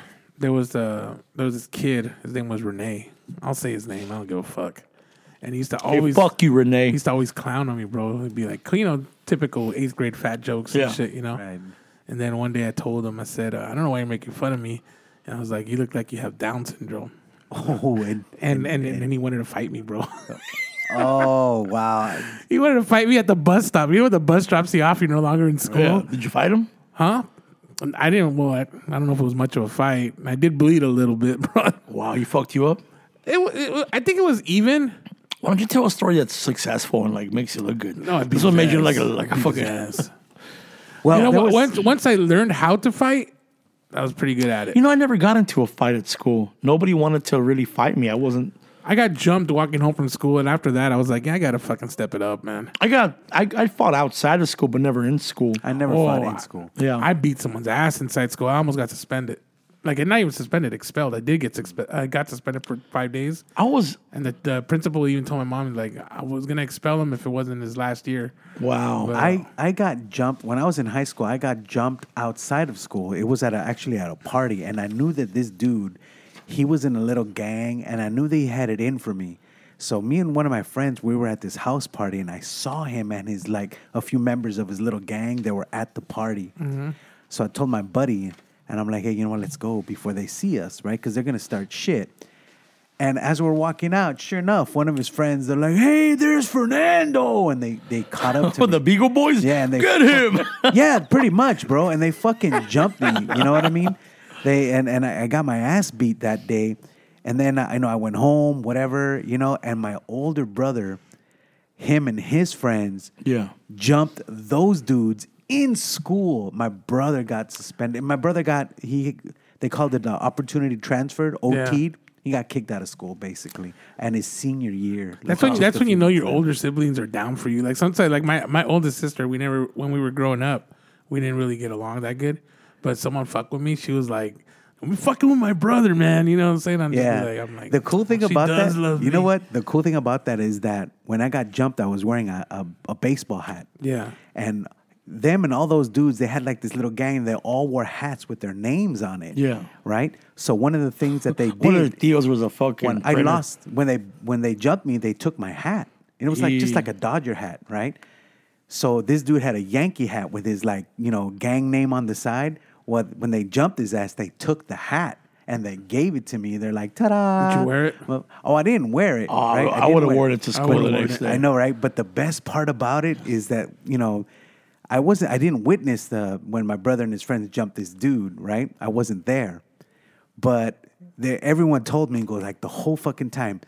S1: was a there was this kid. His name was Renee. I'll say his name. I don't give a fuck. And he used to always
S3: fuck you, Renee.
S1: He used to always clown on me, bro. He'd be like, you know, typical eighth grade fat jokes
S3: Yeah.
S1: and shit, you know.
S4: Right.
S1: And then one day I told him, I said, uh, I don't know why you're making fun of me. And I was like, you look like you have Down syndrome.
S4: Oh, and,
S1: And and, and then he wanted to fight me, bro.
S4: oh wow.
S1: he wanted to fight me at the bus stop. You know, when the bus drops you off, you're no longer in school.
S3: Yeah. Did you fight him?
S1: Huh? I didn't. Well, I, I don't know if it was much of a fight. I did bleed a little bit, bro.
S3: Wow, he fucked you up.
S1: It, wa- it, wa- I think it was even.
S3: Why don't you tell a story that's successful and like makes you look good?
S1: No, I beat
S3: this one
S1: his
S3: made you
S1: ass.
S3: like a like a fucking
S1: Yes.
S4: Well,
S1: You know
S4: there
S1: what?
S4: was-
S1: once once I learned how to fight, I was pretty good at it.
S3: You know, I never got into a fight at school. Nobody wanted to really fight me. I wasn't.
S1: I got jumped walking home from school, and after that, I was like, yeah, I gotta fucking step it up, man.
S3: I got. I, I fought outside of school, but never in school.
S4: I never fought
S1: Oh,
S4: in school.
S3: yeah.
S1: I beat someone's ass inside school. I almost got suspended. Like, and not even suspended, expelled. I did get suspe- I got suspended for five days.
S3: I was.
S1: And the, the principal even told my mom, like, I was gonna expel him if it wasn't his last year.
S3: Wow.
S4: I, I got jumped when I was in high school. I got jumped outside of school. It was at a, actually at a party, and I knew that this dude, he was in a little gang, and I knew that he had it in for me. So me and one of my friends, we were at this house party, and I saw him and his like a few members of his little gang that were at the party. So I told my buddy, and I'm like, hey, you know what? Let's go before they see us, right? Because they're gonna start shit. And as we're walking out, sure enough, one of his friends, they're like, "Hey, there's Fernando!" And they they caught up to
S3: Oh,
S4: me
S3: the Beagle Boys.
S4: Yeah, and they-
S3: get him.
S4: yeah, pretty much, bro. And they fucking jumped me. You know what I mean? They and and I I got my ass beat that day. And then I I know I went home, whatever, you know. And my older brother, him and his friends,
S3: Yeah.
S4: jumped those dudes in school. My brother got suspended. My brother got he. They called it uh, opportunity transferred, OT'd. He got kicked out of school basically, and his senior year.
S1: That's
S4: like,
S1: when
S4: just
S1: that's
S4: a
S1: when you
S4: few
S1: know
S4: months
S1: your
S4: later.
S1: older siblings are down for you. Like sometimes, like my my oldest sister, we never when we were growing up, we didn't really get along that good. But someone fucked with me. She was like, "I'm fucking with my brother, man." You know what I'm saying? I'm just
S4: Yeah.
S1: like, I'm like oh,
S4: the cool thing
S1: "She
S4: about
S1: does
S4: that,
S1: love
S4: you know
S1: me."
S4: what? The cool thing about that is that when I got jumped, I was wearing a, a, a baseball hat.
S1: Yeah.
S4: And them and all those dudes, they had like this little gang. They all wore hats with their names on it.
S3: Yeah.
S4: Right. So one of the things that they
S3: One of
S4: did,
S3: the deals was a fucking.
S4: when I
S3: printer.
S4: lost when they when they jumped me, they took my hat. And it was like just
S3: Yee.
S4: like a Dodger hat, right? So this dude had a Yankee hat with his like, you know, gang name on the side. Well, when they jumped his ass, they took the hat and they gave it to me. They're like, ta-da.
S1: Did you wear it?
S4: Well, oh, I didn't wear it.
S3: Oh, I-
S4: right?
S3: I
S4: didn't
S3: would've
S4: wear
S3: worn it to
S4: I
S3: school
S4: would've
S3: the
S4: worn
S3: next
S4: it.
S3: day.
S4: I know, right? But the best part about it is that, you know, I wasn't I didn't witness the when my brother and his friends jumped this dude, right? I wasn't there but they, everyone told me, go like the whole fucking time.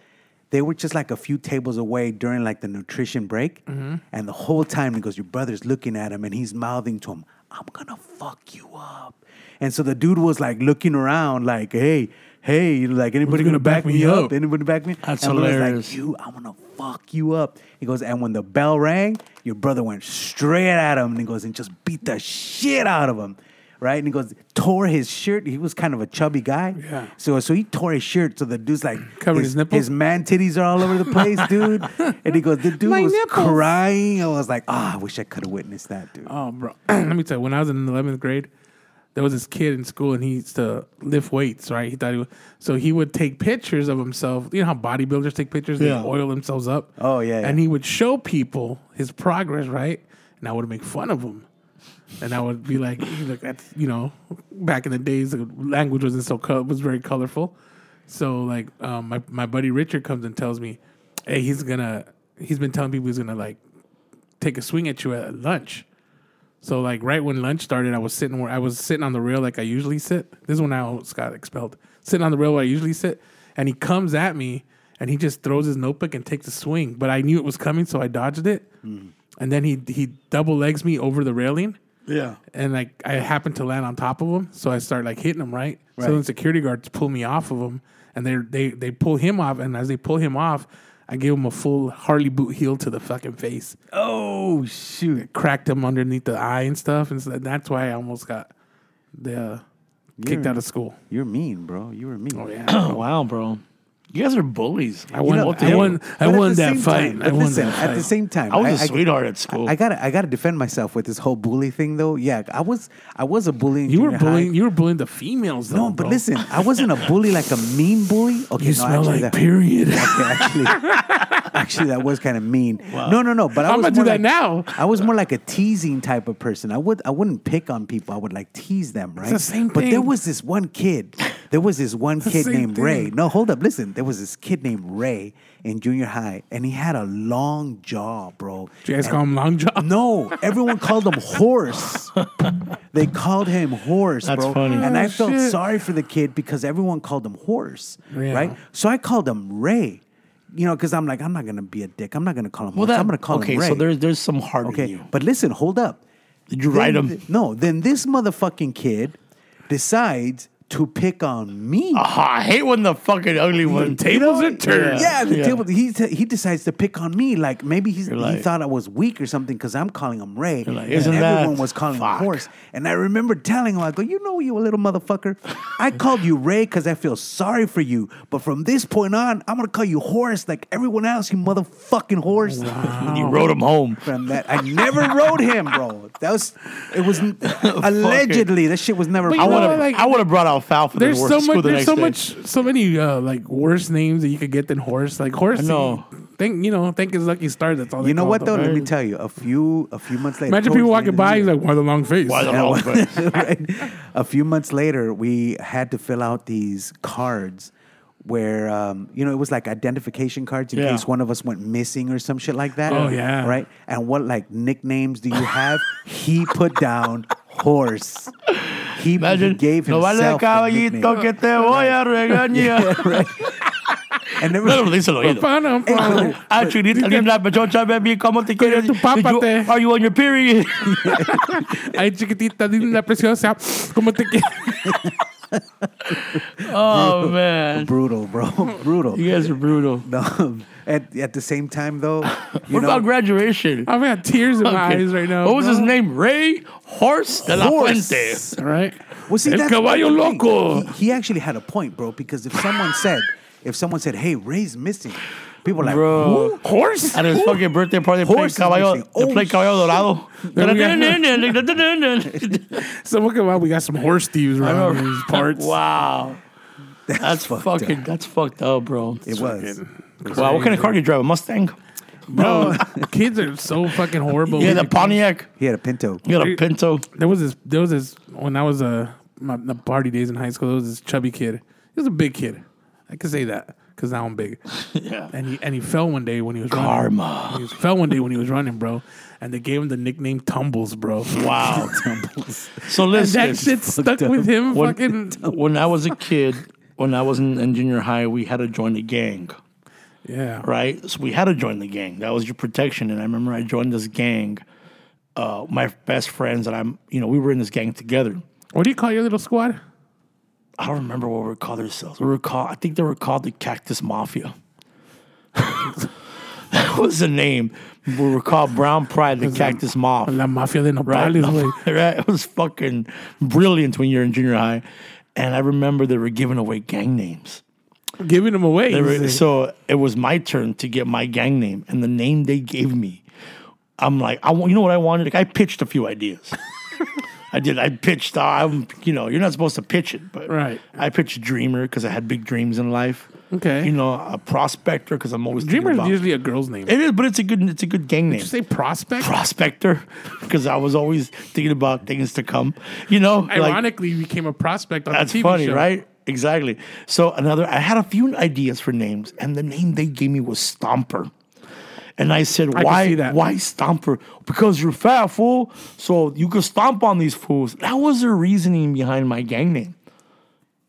S4: They were just like a few tables away during like the nutrition break, and the whole time he goes, your brother's looking at him and he's mouthing to him, "I'm gonna fuck you up." And so the dude was like looking around, like, "Hey, hey, you know, like anybody
S1: gonna
S4: gonna back, me up? Anybody back me?
S3: That's
S4: and Blair's
S3: hilarious.
S4: Like, you, I'm gonna fuck you up. He goes, and when the bell rang, your brother went straight at him, and he goes and just beat the shit out of him. Right, and he goes tore his shirt. He was kind of a chubby guy,
S1: Yeah.
S4: So so he tore his shirt. So the dude's like
S1: Covered his nipples?
S4: man titties are all over the place, dude. and he goes, the dude
S1: My
S4: was
S1: nipples.
S4: crying. I was like, ah, I wish I could have witnessed that, dude.
S1: Oh, bro. Let me tell you, when I was in 11th grade, there was this kid in school and he used to lift weights, right? He thought he was. So he would take pictures of himself. You know how bodybuilders take pictures?
S3: Yeah.
S1: They oil themselves up.
S4: Oh, yeah,
S1: And
S4: yeah.
S1: he would show people his progress, right? And I would make fun of him. And I would be like, "You look, that's, you know, back in the days, the language wasn't so, col- was very colorful. So, like, um, my, my buddy Richard comes and tells me, hey, he's gonna, he's been telling people he's gonna, like, take a swing at you at lunch. So like right when lunch started, I was sitting where I was sitting on the rail like I usually sit. This is when I almost got expelled. Sitting on the rail where I usually sit, and he comes at me and he just throws his notebook and takes a swing. But I knew it was coming, so I dodged it. And then he he double legs me over the railing,
S3: Yeah.
S1: and like I happened to land on top of him, so I start like hitting him right. So then security guards pull me off of him, and they they they pull him off, and as they pull him off, I give him a full Harley boot heel to the fucking face
S4: Oh shoot!
S1: cracked him underneath the eye and stuff, and so that's why I almost got the uh, kicked out of school.
S4: You're mean, bro. You were mean. Oh
S1: yeah.
S3: wow, bro. You guys are bullies.
S1: I won. I won. I
S4: But at
S1: won
S4: the
S1: that
S4: same
S1: fight.
S4: time-
S1: I
S4: but
S1: won
S4: listen,
S1: that
S4: At the
S1: fight.
S4: same time,
S3: I was
S4: a
S3: a sweetheart at school.
S4: I got. I got to defend myself with this whole bully thing, though. Yeah, I was. I was a bully. In
S1: You were
S4: junior high.
S1: bullying. You were bullying the females. Though,
S4: No, but listen, I wasn't a bully like a mean bully. Okay,
S1: you
S4: no,
S1: smell
S4: actually,
S1: like
S4: that,
S1: period.
S4: Okay, actually, actually, that was kind of mean. No, no, no. But I
S1: I'm
S4: was
S1: gonna do
S4: more
S1: that
S4: like-
S1: now.
S4: I was more like a teasing type of person. I would I wouldn't pick on people. I would like tease them, right?
S1: the same
S4: but there
S1: thing.
S4: was this one kid. There was this one kid
S1: same
S4: named Ray.
S1: thing.
S4: No, hold up, listen. There was this kid named Ray in junior high, and he had a long jaw, bro.
S1: Do you guys call him long jaw?
S4: No, everyone called him horse. They called him horse,
S3: That's
S4: bro.
S3: funny.
S4: And
S1: Oh,
S4: I felt
S1: shit.
S4: sorry for the kid because everyone called him horse,
S1: Yeah.
S4: right? So I called him Ray. You know, because I'm like, I'm not gonna be a dick. I'm not gonna call him.
S3: well,
S4: horse.
S3: that,
S4: I'm gonna call
S3: okay,
S4: him Ray.
S3: so there's there's some heart
S4: okay,
S3: in you.
S4: but listen, hold up.
S3: Did you write
S4: Then
S3: him?
S4: th- no, then this motherfucking kid decides to pick on me.
S3: Ah, I hate when the fucking ugly one.
S1: Tables are turned.
S4: Yeah, the
S3: Yeah.
S4: table. He t- he decides to pick on me. Like maybe he's,
S3: like-
S4: he thought I was weak or something because I'm calling him Ray.
S3: like,
S4: and
S3: "Isn't that-
S4: everyone was calling
S3: fuck."
S4: him horse. And I remember telling him, I go, you know, you a little motherfucker. I called you Ray because I feel sorry for you. But from this point on, I'm gonna call you horse like everyone else. You motherfucking horse.
S3: And you wrote him home.
S4: From that, I never rode him, bro. That was it was allegedly that shit was never.
S1: But
S3: I
S1: you know,
S3: would
S4: wanna.
S3: have.
S1: like-
S3: I would have brought Alfalfa to
S1: There's
S3: work,
S1: so
S3: school
S1: much.
S3: the
S1: There's
S3: next
S1: so
S3: day.
S1: much. So many uh, like worse names that you could get than horse. Like horse.
S3: I know.
S1: you Think you know. Think his lucky stars. That's all. they
S4: You know
S1: call
S4: what
S1: them.
S4: though? Let me
S3: Right.
S4: tell you. A few a few months later,
S1: Imagine
S4: towards
S1: people
S4: the
S1: walking
S4: end of the
S1: by. He's
S4: year-
S1: like, why the long face?
S3: Why the
S1: Yeah.
S3: long face?
S4: right? A few months later, we had to fill out these cards where, um, you know, it was like identification cards in
S3: Yeah.
S4: case one of us went missing or some shit like that.
S1: Oh, yeah.
S4: Right? And what, like, nicknames do you have? he put down horse. He, he
S3: Imagine.
S4: gave
S3: no vale
S4: himself a nickname.
S3: caballito que te voy a regañar.
S4: And there
S3: No
S4: was-
S3: lo dice el oído.
S1: Ba-dum, ba-dum.
S3: Ah, chinita, linda, pechocha, baby, ¿cómo te
S1: Pero
S3: quieres?
S1: tu papa
S3: Did you-
S1: te-
S3: Are you on your period?
S1: Ay, chiquitita, linda, preciosa. ¿Cómo te quieres?
S3: Oh, man.
S4: brutal, bro. brutal.
S3: You guys are brutal.
S4: No, at, at the same time, though, you
S3: What
S4: know,
S3: about graduation?
S1: I've got tears in my
S3: Okay.
S1: eyes right now.
S3: What was
S1: bro.
S3: his name? Ray Horse de la
S4: Horse.
S3: Fuente.
S1: Right?
S4: Well, see,
S1: El
S4: that's
S1: caballo
S4: that's the thing.
S1: loco.
S4: He, he actually had a point, bro. Because if someone said, if someone said, "Hey, Ray's missing," people are like,
S3: Bro.
S1: Horse?
S3: At his fucking birthday party, they played
S4: Horse is
S3: Caballo,
S4: missing.
S3: they
S4: Oh,
S3: played Caballo Dorado.
S1: Then we Someone come out. We got some horse thieves around
S3: know.
S1: these parts.
S3: Wow.
S4: "That's,
S3: That's
S4: fucked
S3: fucking,
S4: Up.
S3: that's fucked up, bro.
S4: It was.
S3: Wow, what kind of car do you drive? A Mustang?
S1: Bro, kids are so fucking horrible.
S3: Yeah, the
S1: They-
S3: Pontiac.
S4: He had a Pinto.
S3: You got a Pinto.
S1: there was this. There was this when I was uh, my, my party days in high school. There was this chubby kid. He was a big kid. I could say that because now I'm big.
S3: Yeah.
S1: And he and he fell one day when he was
S3: Karma.
S1: running. He fell one day when he was running, bro. And they gave him the nickname Tumbles, bro.
S3: Wow. so
S1: And
S3: listen.
S1: that shit stuck with him.
S3: When,
S1: Fucking
S3: when I was a kid, when I was in, in junior high, we had to join a gang,
S1: yeah.
S3: right? So we had to join the gang. That was your protection. And I remember I joined this gang. Uh, my best friends and I'm, you know, we were in this gang together.
S1: What do you call your little squad?
S3: I don't remember what we were called ourselves. We were called, I think they were called the Cactus Mafia. that was the name. We were called Brown Pride, the Cactus Mafia.
S1: La mafia de
S3: Right.
S1: Nopales, güey.
S3: right? It was fucking brilliant when you're in junior high. And I remember they were giving away gang names.
S1: Giving them away.
S3: They were-
S1: He's like,
S3: so it was my turn to get my gang name. And the name they gave me, I'm like, I want, you know what I wanted? Like, I pitched a few ideas. I did. I pitched, uh, I'm, you know, you're not supposed to pitch it, but
S1: Right.
S3: I pitched Dreamer because I had big dreams in life.
S1: Okay.
S3: You know, a prospector because I'm always thinking
S1: Dreamer's
S3: about-
S1: usually a girl's name.
S3: It is, but it's a good, it's a good gang name
S1: you say prospect?
S3: prospector because I was always thinking about things to come. You know, like,
S1: Ironically, you became a prospect on
S3: that's
S1: the TV
S3: funny,
S1: show.
S3: right? Exactly. So another, I had a few ideas for names, and the name they gave me was Stomper. And I said,
S1: can
S3: "Why?
S1: see that.
S3: Why Stomper? Because you're fat, fool. So you can stomp on these fools." That was the reasoning behind my gang name,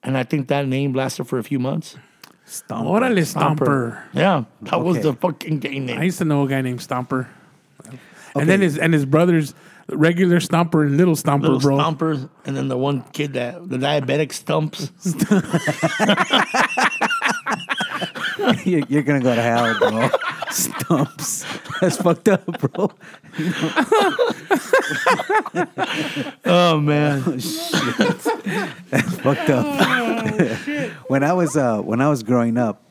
S3: and I think that name lasted for a few months.
S4: Stomp.
S1: Orale Stomper.
S3: Yeah, that was
S4: Okay.
S3: the fucking gang name.
S1: I used to know a guy named Stomper. And then his and his brothers, regular Stomper and little Stomper,
S3: little
S1: bro.
S3: stompers, and then the one kid that the diabetic stumps.
S4: you're, you're gonna go to hell, bro. Stumps. That's fucked up, bro.
S3: Oh man.
S4: fucked up.
S3: Oh,
S4: when I was uh, when I was growing up,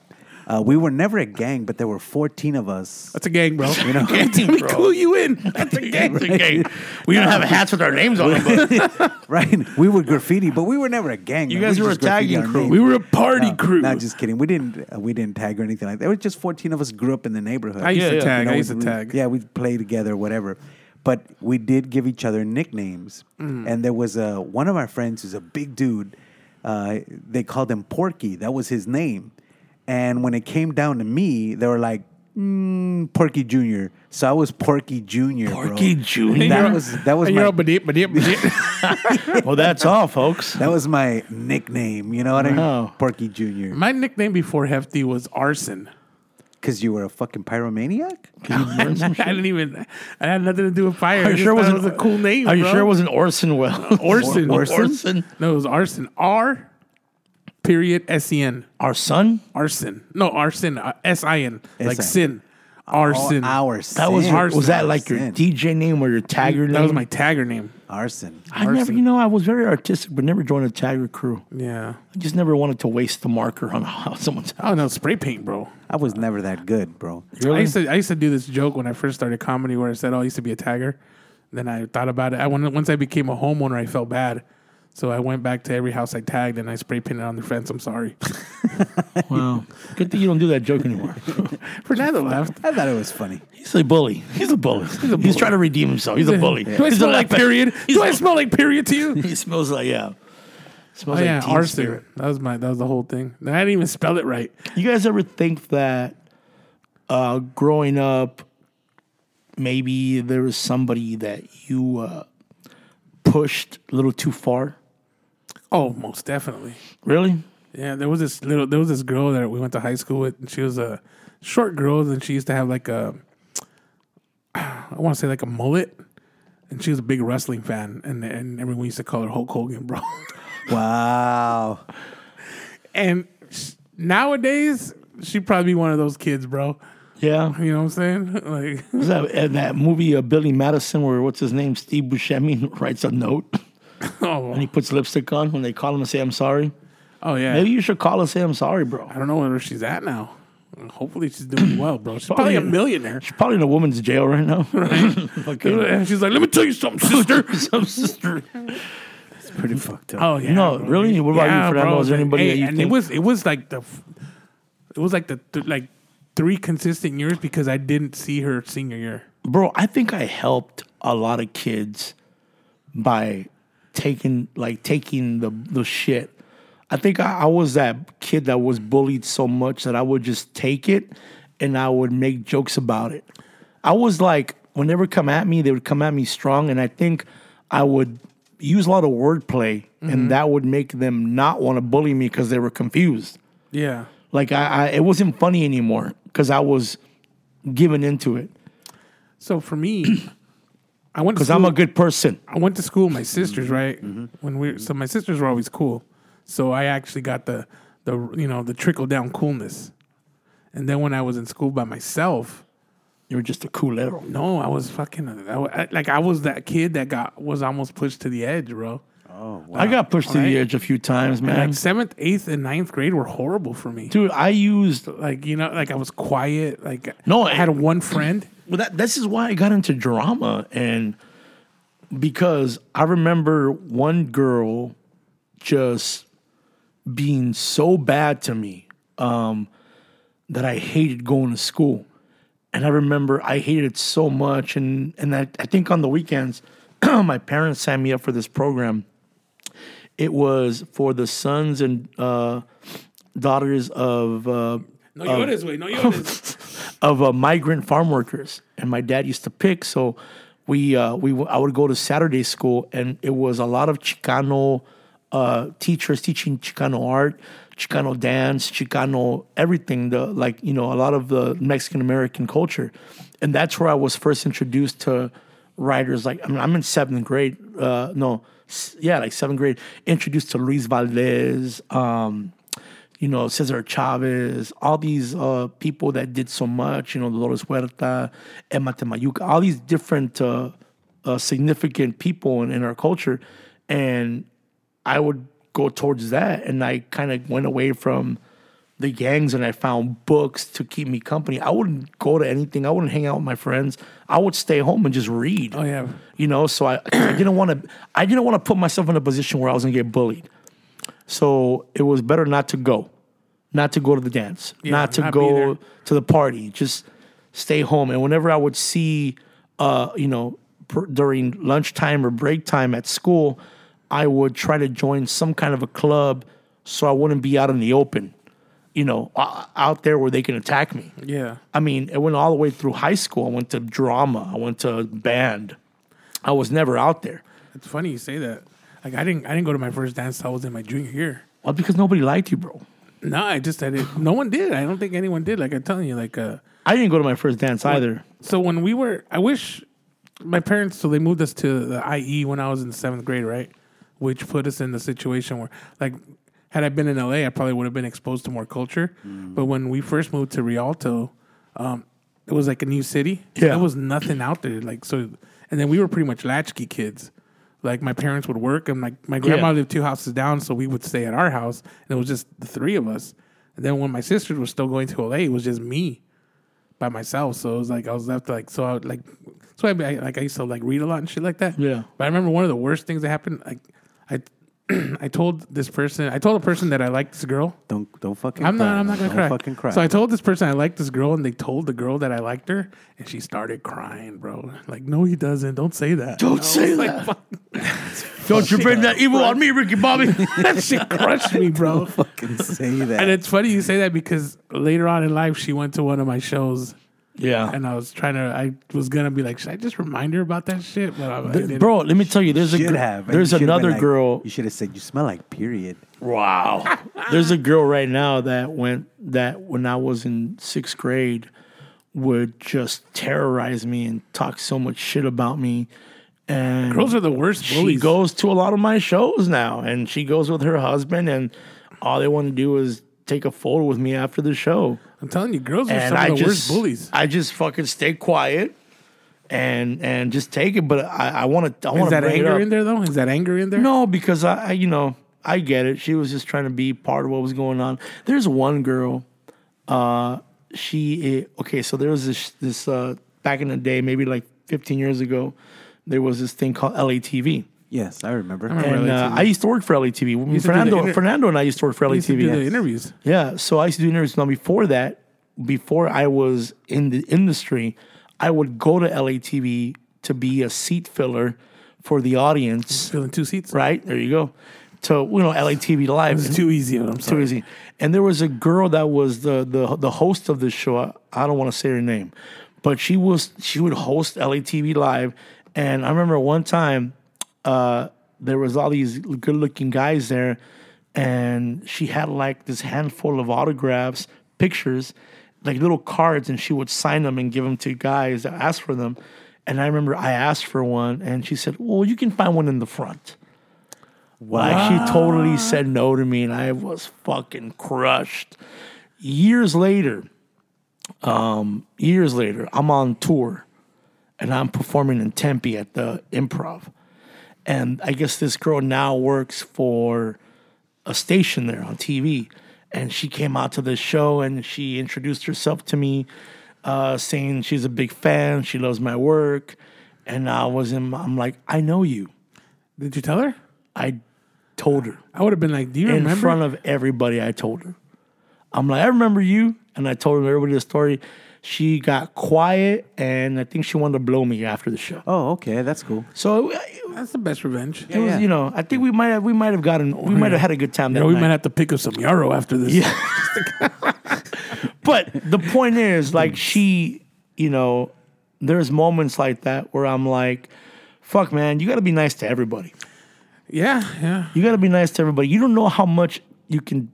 S4: uh, we were never a gang, but there were fourteen of us.
S1: That's a gang, bro.
S4: You know,
S1: Let me clue you in. That's a gang.
S3: It's okay. We don't have hats with our names on them, but
S4: right? We were graffiti, but we were never a gang.
S3: You
S4: man.
S3: guys
S4: we
S3: were
S4: just
S3: a tagging
S4: graffiti
S3: crew.
S4: our name.
S1: We were a party
S4: No,
S1: crew.
S4: No, just kidding. We didn't. Uh, we didn't tag or anything like that. It was just fourteen of us grew up in the neighborhood.
S1: I used
S3: Yeah,
S1: to
S3: yeah.
S1: tag.
S4: know,
S1: I used to
S4: we- we-
S1: tag.
S4: Yeah, we'd play together, whatever. But we did give each other nicknames.
S1: Mm.
S4: And there was a, one of my friends who's a big dude. Uh, they called him Porky. That was his name. And when it came down to me, they were like, mm, Porky Jr. So I was Porky Jr. bro.
S3: Porky Jr.?
S1: And you're
S4: That
S1: all-
S4: was, that was
S1: and you're all
S4: my
S1: badip, badip, badip.
S3: well, that's all, folks.
S4: that was my nickname. You know what I mean?
S3: Wow.
S4: Porky Jr.
S1: My nickname before Hefty was Arson.
S4: Because you were a fucking pyromaniac?
S1: I didn't even. I had nothing to do with fire. I
S3: Are you
S1: just
S3: sure it
S1: thought
S3: wasn't
S1: it was a cool name.
S3: Are you
S1: bro.
S3: sure it wasn't Orson Welles?
S1: Orson?
S4: Orson?
S3: Orson.
S1: No, it was Arson. R. Period. S E N.
S3: Our son.
S1: Arson. No, arson. Uh, S I N. Like
S4: S-I-N.
S1: sin.
S4: Oh,
S1: Arson.
S4: Ours.
S3: That was
S4: Sin.
S3: your, was that like your
S4: Sin.
S3: DJ name or your tagger name?
S1: That was my tagger name.
S4: Arson.
S3: I never, you know, I was very artistic, but never joined a tagger crew.
S1: Yeah.
S3: I just never wanted to waste the marker on someone's house.
S1: Oh no, spray paint, bro.
S4: I was never that good, bro.
S1: I used to I used to do this joke when I first started comedy where I said, "Oh, I used to be a tagger." Then I thought about it. I when, once I became a homeowner, I felt bad, so I went back to every house I tagged and I spray painted on the fence. I'm sorry.
S3: Wow. Good thing you don't do that joke anymore.
S1: Fernando laughed.
S4: I thought it was funny.
S3: He's a bully. He's a bully. He's, trying to redeem himself. He's a bully.
S1: Do I
S3: He's a
S1: smell like
S3: leper.
S1: period?
S3: He's
S1: Do I
S3: a-
S1: smell like period to you?
S3: He smells like yeah.
S1: Oh,
S3: Smells like
S1: yeah,
S3: teen
S1: arson.
S3: spirit.
S1: That was my that was the whole thing. I didn't even spell it right.
S3: You guys ever think that uh, growing up, maybe there was somebody that you uh, pushed a little too far?
S1: Oh, most definitely.
S3: Really?
S1: Yeah, there was this little there was this girl that we went to high school with, and she was a short girl, and she used to have like a I want to say like a mullet, and she was a big wrestling fan, and and everyone used to call her Hulk Hogan, bro.
S4: Wow.
S1: and s- nowadays she'd probably be one of those kids, bro.
S3: Yeah.
S1: You know what I'm saying? Like
S3: Was that in that movie uh, Billy Madison where what's his name Steve Buscemi writes a note and
S1: oh
S3: he puts lipstick on when they call him and say I'm sorry?
S1: oh yeah.
S3: Maybe you should call and say I'm sorry, bro.
S1: I don't know where she's at now. Hopefully she's doing well, bro. She's probably a millionaire.
S3: She's probably in a woman's jail right now. Okay.
S1: And she's like, "Let me tell you something, sister."
S3: Some sister.
S4: Pretty fucked up.
S1: Oh yeah.
S3: No, really? What about you, Fernando? Is there anybody
S1: Hey,
S3: that you
S1: and it
S3: think-
S1: was it was like the f- it was like the th- like three consistent years because I didn't see her senior year.
S3: bro i think i helped a lot of kids by taking like taking the the shit i think I, I was that kid that was bullied so much that i would just take it and i would make jokes about it i was like whenever come at me they would come at me strong and i think i would use a lot of wordplay and that would make them not want to bully me because they were confused
S1: Yeah.
S3: like i, I it wasn't funny anymore because i was giving into it
S1: So for me, I went to
S3: because
S1: school,
S3: i'm a Mm-hmm. good person
S1: I went to school with my sisters, right? When we so my sisters were always cool. So I actually got the the you know the trickle down coolness. And then when I was in school by myself,
S3: You were just a culero.
S1: no, I was fucking I, I- like I was that kid that got was almost pushed to the edge, bro.
S3: I got pushed to
S1: Alright.
S3: the edge a few times, man.
S1: Like seventh, eighth, and ninth grade were horrible for me.
S3: Dude, I used
S1: Like you know, like I was quiet. Like
S3: No,
S1: I had
S3: it-
S1: one friend.
S3: well that this is why I got into drama and because I remember one girl just being so bad to me um, that I hated going to school. And I remember I hated it so much and and I, I think on the weekends my parents signed me up for this program. It was for the sons and uh, daughters of uh,
S1: No yodes, way. No yodes.
S3: of uh, migrant farm workers, and my dad used to pick. So we uh, we w- I would go to Saturday school, and it was a lot of Chicano uh, teachers teaching Chicano art, Chicano dance, Chicano everything. The like you know a lot of the Mexican American culture, and that's where I was first introduced to writers like I mean, I'm in seventh grade. Uh, no, s- yeah, like seventh grade. Introduced to Luis Valdez. Um, you know, Cesar Chavez, all these uh, people that did so much, you know, Dolores Huerta, Emma Temayuca, all these different uh, uh, significant people in, in our culture. And I would go towards that. And I kind of went away from the gangs and I found books to keep me company. I wouldn't go to anything, I wouldn't hang out with my friends. I would stay home and just read.
S1: Oh yeah.
S3: You know, so I, I didn't want to. I didn't want to put myself in a position where I was gonna get bullied. So it was better not to go, not to go to the dance, not to
S1: not be
S3: go
S1: there.
S3: to the party. Just stay home. And whenever I would see, uh, you know, pr- during lunchtime or break time at school, I would try to join some kind of a club so I wouldn't be out in the open. You know, o- out there where they can attack me.
S1: Yeah.
S3: I mean, it went all the way through high school. I went to drama. I went to band. I was never out there.
S1: It's funny you say that. Like I didn't I didn't go to my first dance till I was in my junior year.
S3: Well, because nobody liked you, bro.
S1: No, I just I didn't. No one did. I don't think anyone did. Like I'm telling you, like uh.
S3: I didn't go to my first dance either.
S1: So when we were, I wish my parents. So they moved us to the IE when I was in seventh grade, right? Which put us in the situation where, like, had I been in LA, I probably would have been exposed to more culture.
S3: Mm.
S1: But when we first moved to Rialto, um, it was like a new city.
S3: Yeah.
S1: there was nothing out there. Like so, and then we were pretty much latchkey kids. Like my parents would work, and like my grandma
S3: Yeah.
S1: lived two houses down, so we would stay at our house, and it was just the three of us. And then when my sisters were still going to LA, it was just me by myself. So it was like I was left like so I would, like so I, I like I used to like read a lot and shit like that.
S3: Yeah.
S1: But I remember one of the worst things that happened. Like I I told this person I told a person that I liked this girl.
S4: Don't don't fucking.
S1: I'm
S4: cry.
S1: not I'm not gonna
S4: don't
S1: cry.
S4: Fucking cry.
S1: So I told this person I liked this girl and they told the girl that I liked her and she started crying, bro. Like, no he doesn't. Don't say that.
S3: Don't
S1: I
S3: say
S1: was like,
S3: that.
S1: fuck,
S3: Don't you bring that evil on me, Ricky Bobby.
S1: that shit crushed me, bro.
S4: fucking say that.
S1: And it's funny you say that because later on in life she went to one of my shows
S3: yeah.
S1: and I was trying to I was gonna be like, should I just remind her about that shit? But I, I didn't.
S3: Bro, let me tell you, there's a
S4: should
S3: gr-
S4: have. And
S3: there's
S4: you should have been
S3: another
S4: like-
S3: girl.
S4: You should have said you smell like period.
S3: Wow. There's a girl right now that went that when I was in sixth grade would just terrorize me and talk so much shit about me. And
S1: Girls are the worst
S3: she
S1: bullies.
S3: goes to a lot of my shows now and she goes with her husband and all they want to do is take a photo with me after the show
S1: I'm telling you, girls are
S3: and
S1: some
S3: i
S1: of the
S3: just
S1: worst bullies.
S3: i just fucking stay quiet and and just take it but i want to i want
S1: Is
S3: to
S1: that
S3: bring it
S1: anger
S3: up.
S1: in there though? Is that anger in there?
S3: no because I, I you know i get it she was just trying to be part of what was going on there's one girl uh she i- okay so there was this this uh back in the day maybe like 15 years ago there was this thing called latv
S4: Yes, I remember.
S1: remember
S3: and uh,
S1: LATV.
S3: I used to work for LATV. When
S1: used to do
S3: Fernando,
S1: the inter-
S3: Fernando and I used to work for
S1: They used to
S3: LATV.
S1: do the interviews.
S3: Yeah, so I used to do interviews. Now before that, before I was in the industry, I would go to LATV to be a seat filler for the audience.
S1: Filling two seats.
S3: Right there, you go. To you know LATV live.
S1: It's too easy. I'm
S3: Too
S1: sorry.
S3: easy. And there was a girl that was the the the host of the show. I, I don't want to say her name, but she was she would host LATV live. And I remember one time, uh, there was all these good looking guys there, and she had like this handful of autographs, pictures, like little cards, and she would sign them and give them to guys that asked for them. And I remember I asked for one, and she said, "Well, you can find one in the front." Like she totally said no to me, and I was fucking crushed. Years later, um, years later, I'm on tour, and I'm performing in Tempe at the Improv, and I guess this girl now works for a station there on TV. And she came out to the show and she introduced herself to me, uh, saying she's a big fan, she loves my work. And I was in, I'm like, I know you.
S1: Did you tell her?
S3: I told her
S1: I would have been like, "Do you
S3: in
S1: remember?"
S3: front of everybody. I told her, I'm like, I remember you, and I told everybody the story. She got quiet, and I think she wanted to blow me after the show.
S4: Oh, okay, that's cool.
S3: So it was,
S1: That's the best revenge.
S3: it was, you know, I think we might have, we might have gotten, we might have had a good time. That
S1: Yeah, we
S3: night.
S1: might have to pick up some yarrow after this.
S3: Yeah. but the point is, like, she, you know, there's moments like that where I'm like, fuck, man, you got to be nice to everybody.
S1: yeah, yeah.
S3: You got to be nice to everybody. You don't know how much you can,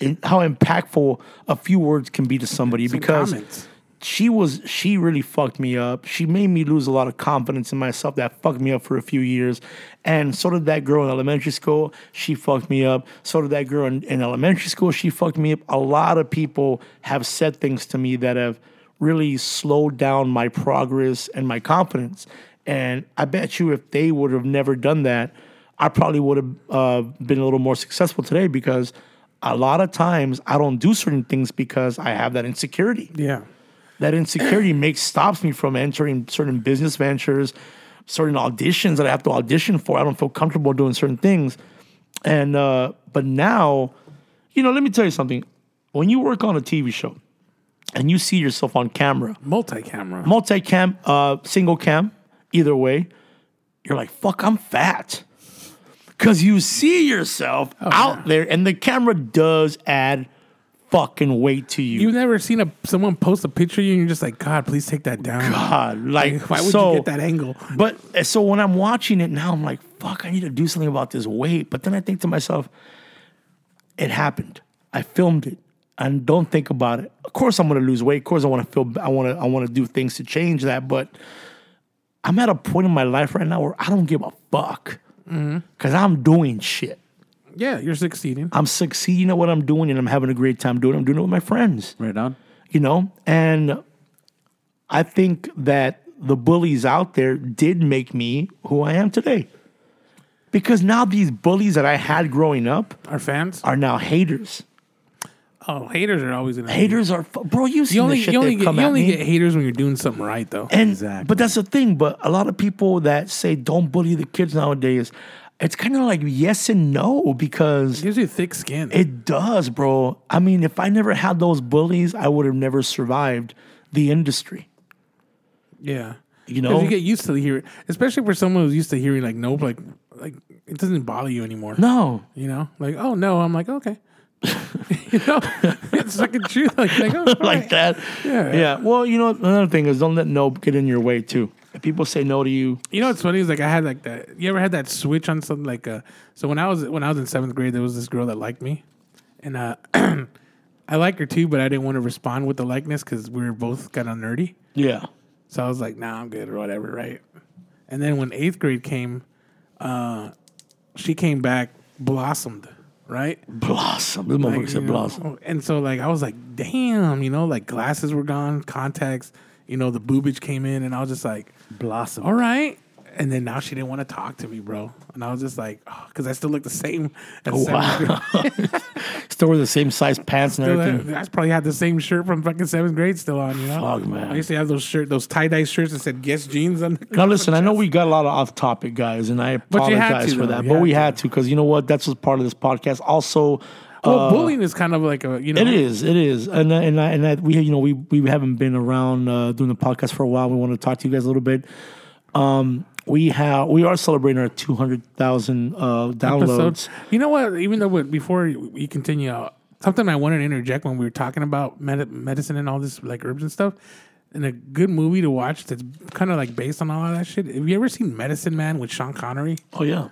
S3: in, how impactful a few words can be to somebody
S1: Some
S3: because
S1: comments.
S3: she was, she really fucked me up. She made me lose a lot of confidence in myself that fucked me up for a few years. And so did that girl in elementary school. She fucked me up. So did that girl in, in elementary school. She fucked me up. A lot of people have said things to me that have really slowed down my progress and my confidence. And I bet you if they would have never done that, I probably would have uh, been a little more successful today because a lot of times I don't do certain things because I have that insecurity.
S1: Yeah.
S3: That insecurity makes stops me from entering certain business ventures, certain auditions that I have to audition for. I don't feel comfortable doing certain things. And uh, but now, you know, let me tell you something. When you work on a TV show and you see yourself on camera,
S1: Multi-camera.
S3: multi cam, uh, single cam, either way, you're like, fuck, I'm fat. Because you see yourself out there, and the camera does add fucking weight to you.
S1: You've never seen a someone post a picture of you and you're just like, God, please take that down.
S3: God, like,
S1: Why would
S3: so-
S1: you get that angle?
S3: But eh, so when I'm watching it now, I'm like, fuck, I need to do something about this weight. But then I think to myself, it happened. I filmed it. And don't think about it. Of course, I'm going to lose weight. Of course, I want to feel. I want to. I want to do things to change that. But I'm at a point in my life right now where I don't give a fuck
S1: Mm-hmm.
S3: because I'm doing shit.
S1: Yeah, you're succeeding.
S3: I'm succeeding at what I'm doing, and I'm having a great time doing. it. I'm doing it with my friends
S4: Right on.
S3: you know and i think that the bullies out there did make me who i am today because now these bullies that i had growing up
S1: Our fans,
S3: are now haters
S1: oh, haters are always gonna be-
S3: haters are fu- bro you see
S1: You only
S3: the shit
S1: you only,
S3: they've
S1: get,
S3: come
S1: you
S3: at
S1: only
S3: me
S1: get haters when you're doing something right, though.
S3: and
S4: Exactly.
S3: but that's the thing but a lot of people that say don't bully the kids nowadays it's kind of like yes and no because
S1: gives you thick skin.
S3: It does, bro. I mean, if I never had those bullies, I would have never survived the industry.
S1: yeah,
S3: You
S1: 'Cause
S3: know,
S1: you get used to the hearing, especially for someone who's used to hearing like nope, like like it doesn't bother you anymore.
S3: no,
S1: You know, like oh no, I'm like okay. you know, it's fucking true. Like, like, oh, all
S3: like
S1: right.
S3: that.
S1: Yeah.
S3: Well, you know, another thing is don't let no get in your way too. If people say no to you,
S1: You know what's funny is like I had like that. You ever had that switch on something like uh so when I was when I was in seventh grade there was this girl that liked me, and uh I like her too, but I didn't want to respond with the likeness because we were both kind of nerdy.
S3: yeah,
S1: So I was like, nah, I'm good or whatever, right? And then when eighth grade came, uh she came back blossomed, right?
S3: blossom. This motherfucker
S1: Like,
S3: said
S1: you know, Oh,
S3: blossom.
S1: And so like I was like, damn, you know, like glasses were gone, contacts, you know, the boobage came in, and I was just like,
S4: Blossom.
S1: all right. And then now she didn't want to talk to me, bro. And I was just like, because I still look the same. As seventh grade.
S3: Oh, Wow. Still wear the same size pants and
S1: Still
S3: everything.
S1: had- I probably had the same shirt from fucking seventh grade still on, you know?
S3: Fuck, man.
S1: I used to have those shirt, those tie dye shirts that said Guess Jeans on the
S3: Now listen, I know we got a lot of off topic guys, and I
S1: But you had
S3: apologize
S1: to,
S3: for
S1: though.
S3: that.
S1: You
S3: But we
S1: had
S3: had to because you know what? That's what's part of this podcast. Also,
S1: Well,
S3: uh,
S1: bullying is kind of like a, you know,
S3: It is. It is. And I- and I, and I, we you know we we haven't been around uh, doing the podcast for a while. We want to talk to you guys a little bit. Um, we have we are celebrating our two hundred thousand uh, downloads.
S1: episodes. You know what? Even though, what- before you continue, uh, something I wanted to interject when we were talking about med- medicine and all this, like herbs and stuff, and a good movie to watch that's kind of like based on all of that shit. Have you ever seen Medicine Man with Sean Connery?
S3: Oh yeah,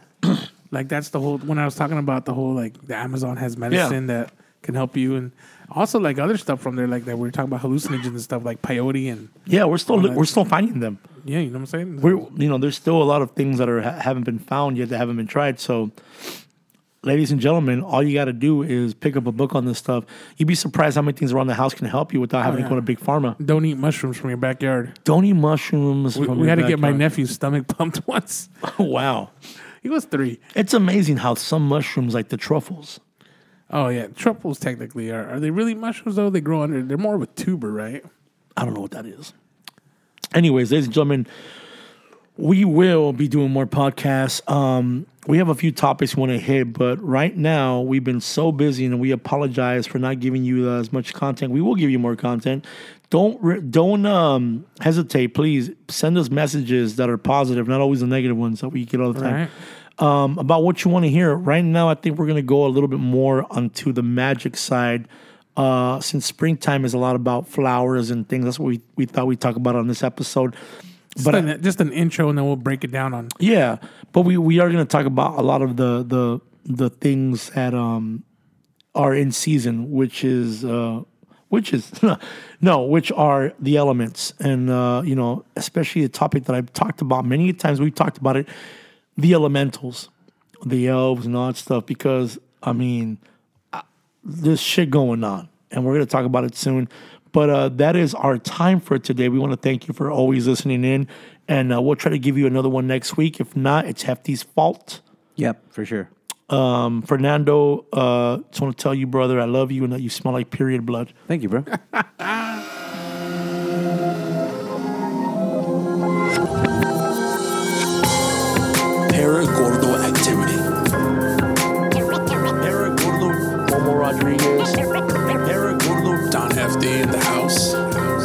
S1: Like that's the whole when I was talking about the whole like the Amazon has medicine that can help you and also like other stuff from there like that we were talking about hallucinogens and stuff like peyote and
S3: yeah. We're still we're still finding them.
S1: yeah you know what I'm saying
S3: We're you know there's still a lot of things that are ha- haven't been found yet that haven't been tried. So ladies and gentlemen, all you got to do is pick up a book on this stuff. You'd be surprised how many things around the house can help you without having
S1: Oh,
S3: to go to big pharma.
S1: Don't eat mushrooms from your backyard.
S3: Don't eat mushrooms.
S1: We,
S3: from
S1: we
S3: your
S1: had to get my
S3: backyard.
S1: nephew's stomach pumped once.
S3: wow,
S1: He was three.
S3: it's amazing how some mushrooms, like the truffles,
S1: Oh yeah, truffles technically are. Are they really mushrooms though? They grow under. They're more of a tuber, right?
S3: I don't know what that is. Anyways, ladies and gentlemen, we will be doing more podcasts. Um, we have a few topics we want to hit, but right now we've been so busy, and we apologize for not giving you uh, as much content. We will give you more content. Don't re- don't um, hesitate. Please send us messages that are positive, not always the negative ones that we get all the time
S1: Right.
S3: um, about what you want to hear. Right now, I think we're going to go a little bit more onto the magic side. Uh, since springtime is a lot about flowers and things, that's what we, we thought we'd talk about on this episode.
S1: Just,
S3: But
S1: an, just an intro, and then we'll break it down on.
S3: yeah, but we, we are going to talk about a lot of the the the things that um are in season, which is uh which is no, which are the elements, and uh, you know, especially a topic that I've talked about many times. We've talked about it, the elementals, the elves, and all that stuff. Because I mean, this shit going on, and we're gonna talk about it soon. But uh, that is our time for today. We want to thank you for always listening in, and uh, we'll try to give you another one next week. If not, it's Hefty's fault.
S4: Yep, for sure.
S3: Um, Fernando, uh, just want to tell you, brother, I love you, and that you smell like period blood.
S4: Thank you, bro.
S2: Paragordo activity. Paragordo Momo Rodriguez. Paragordo Don FD in the house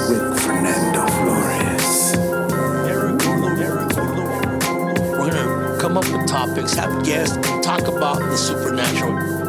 S2: with Fernando Flores. Paragordo, Paragordo. We're gonna come up with topics, have guests, and talk about the supernatural.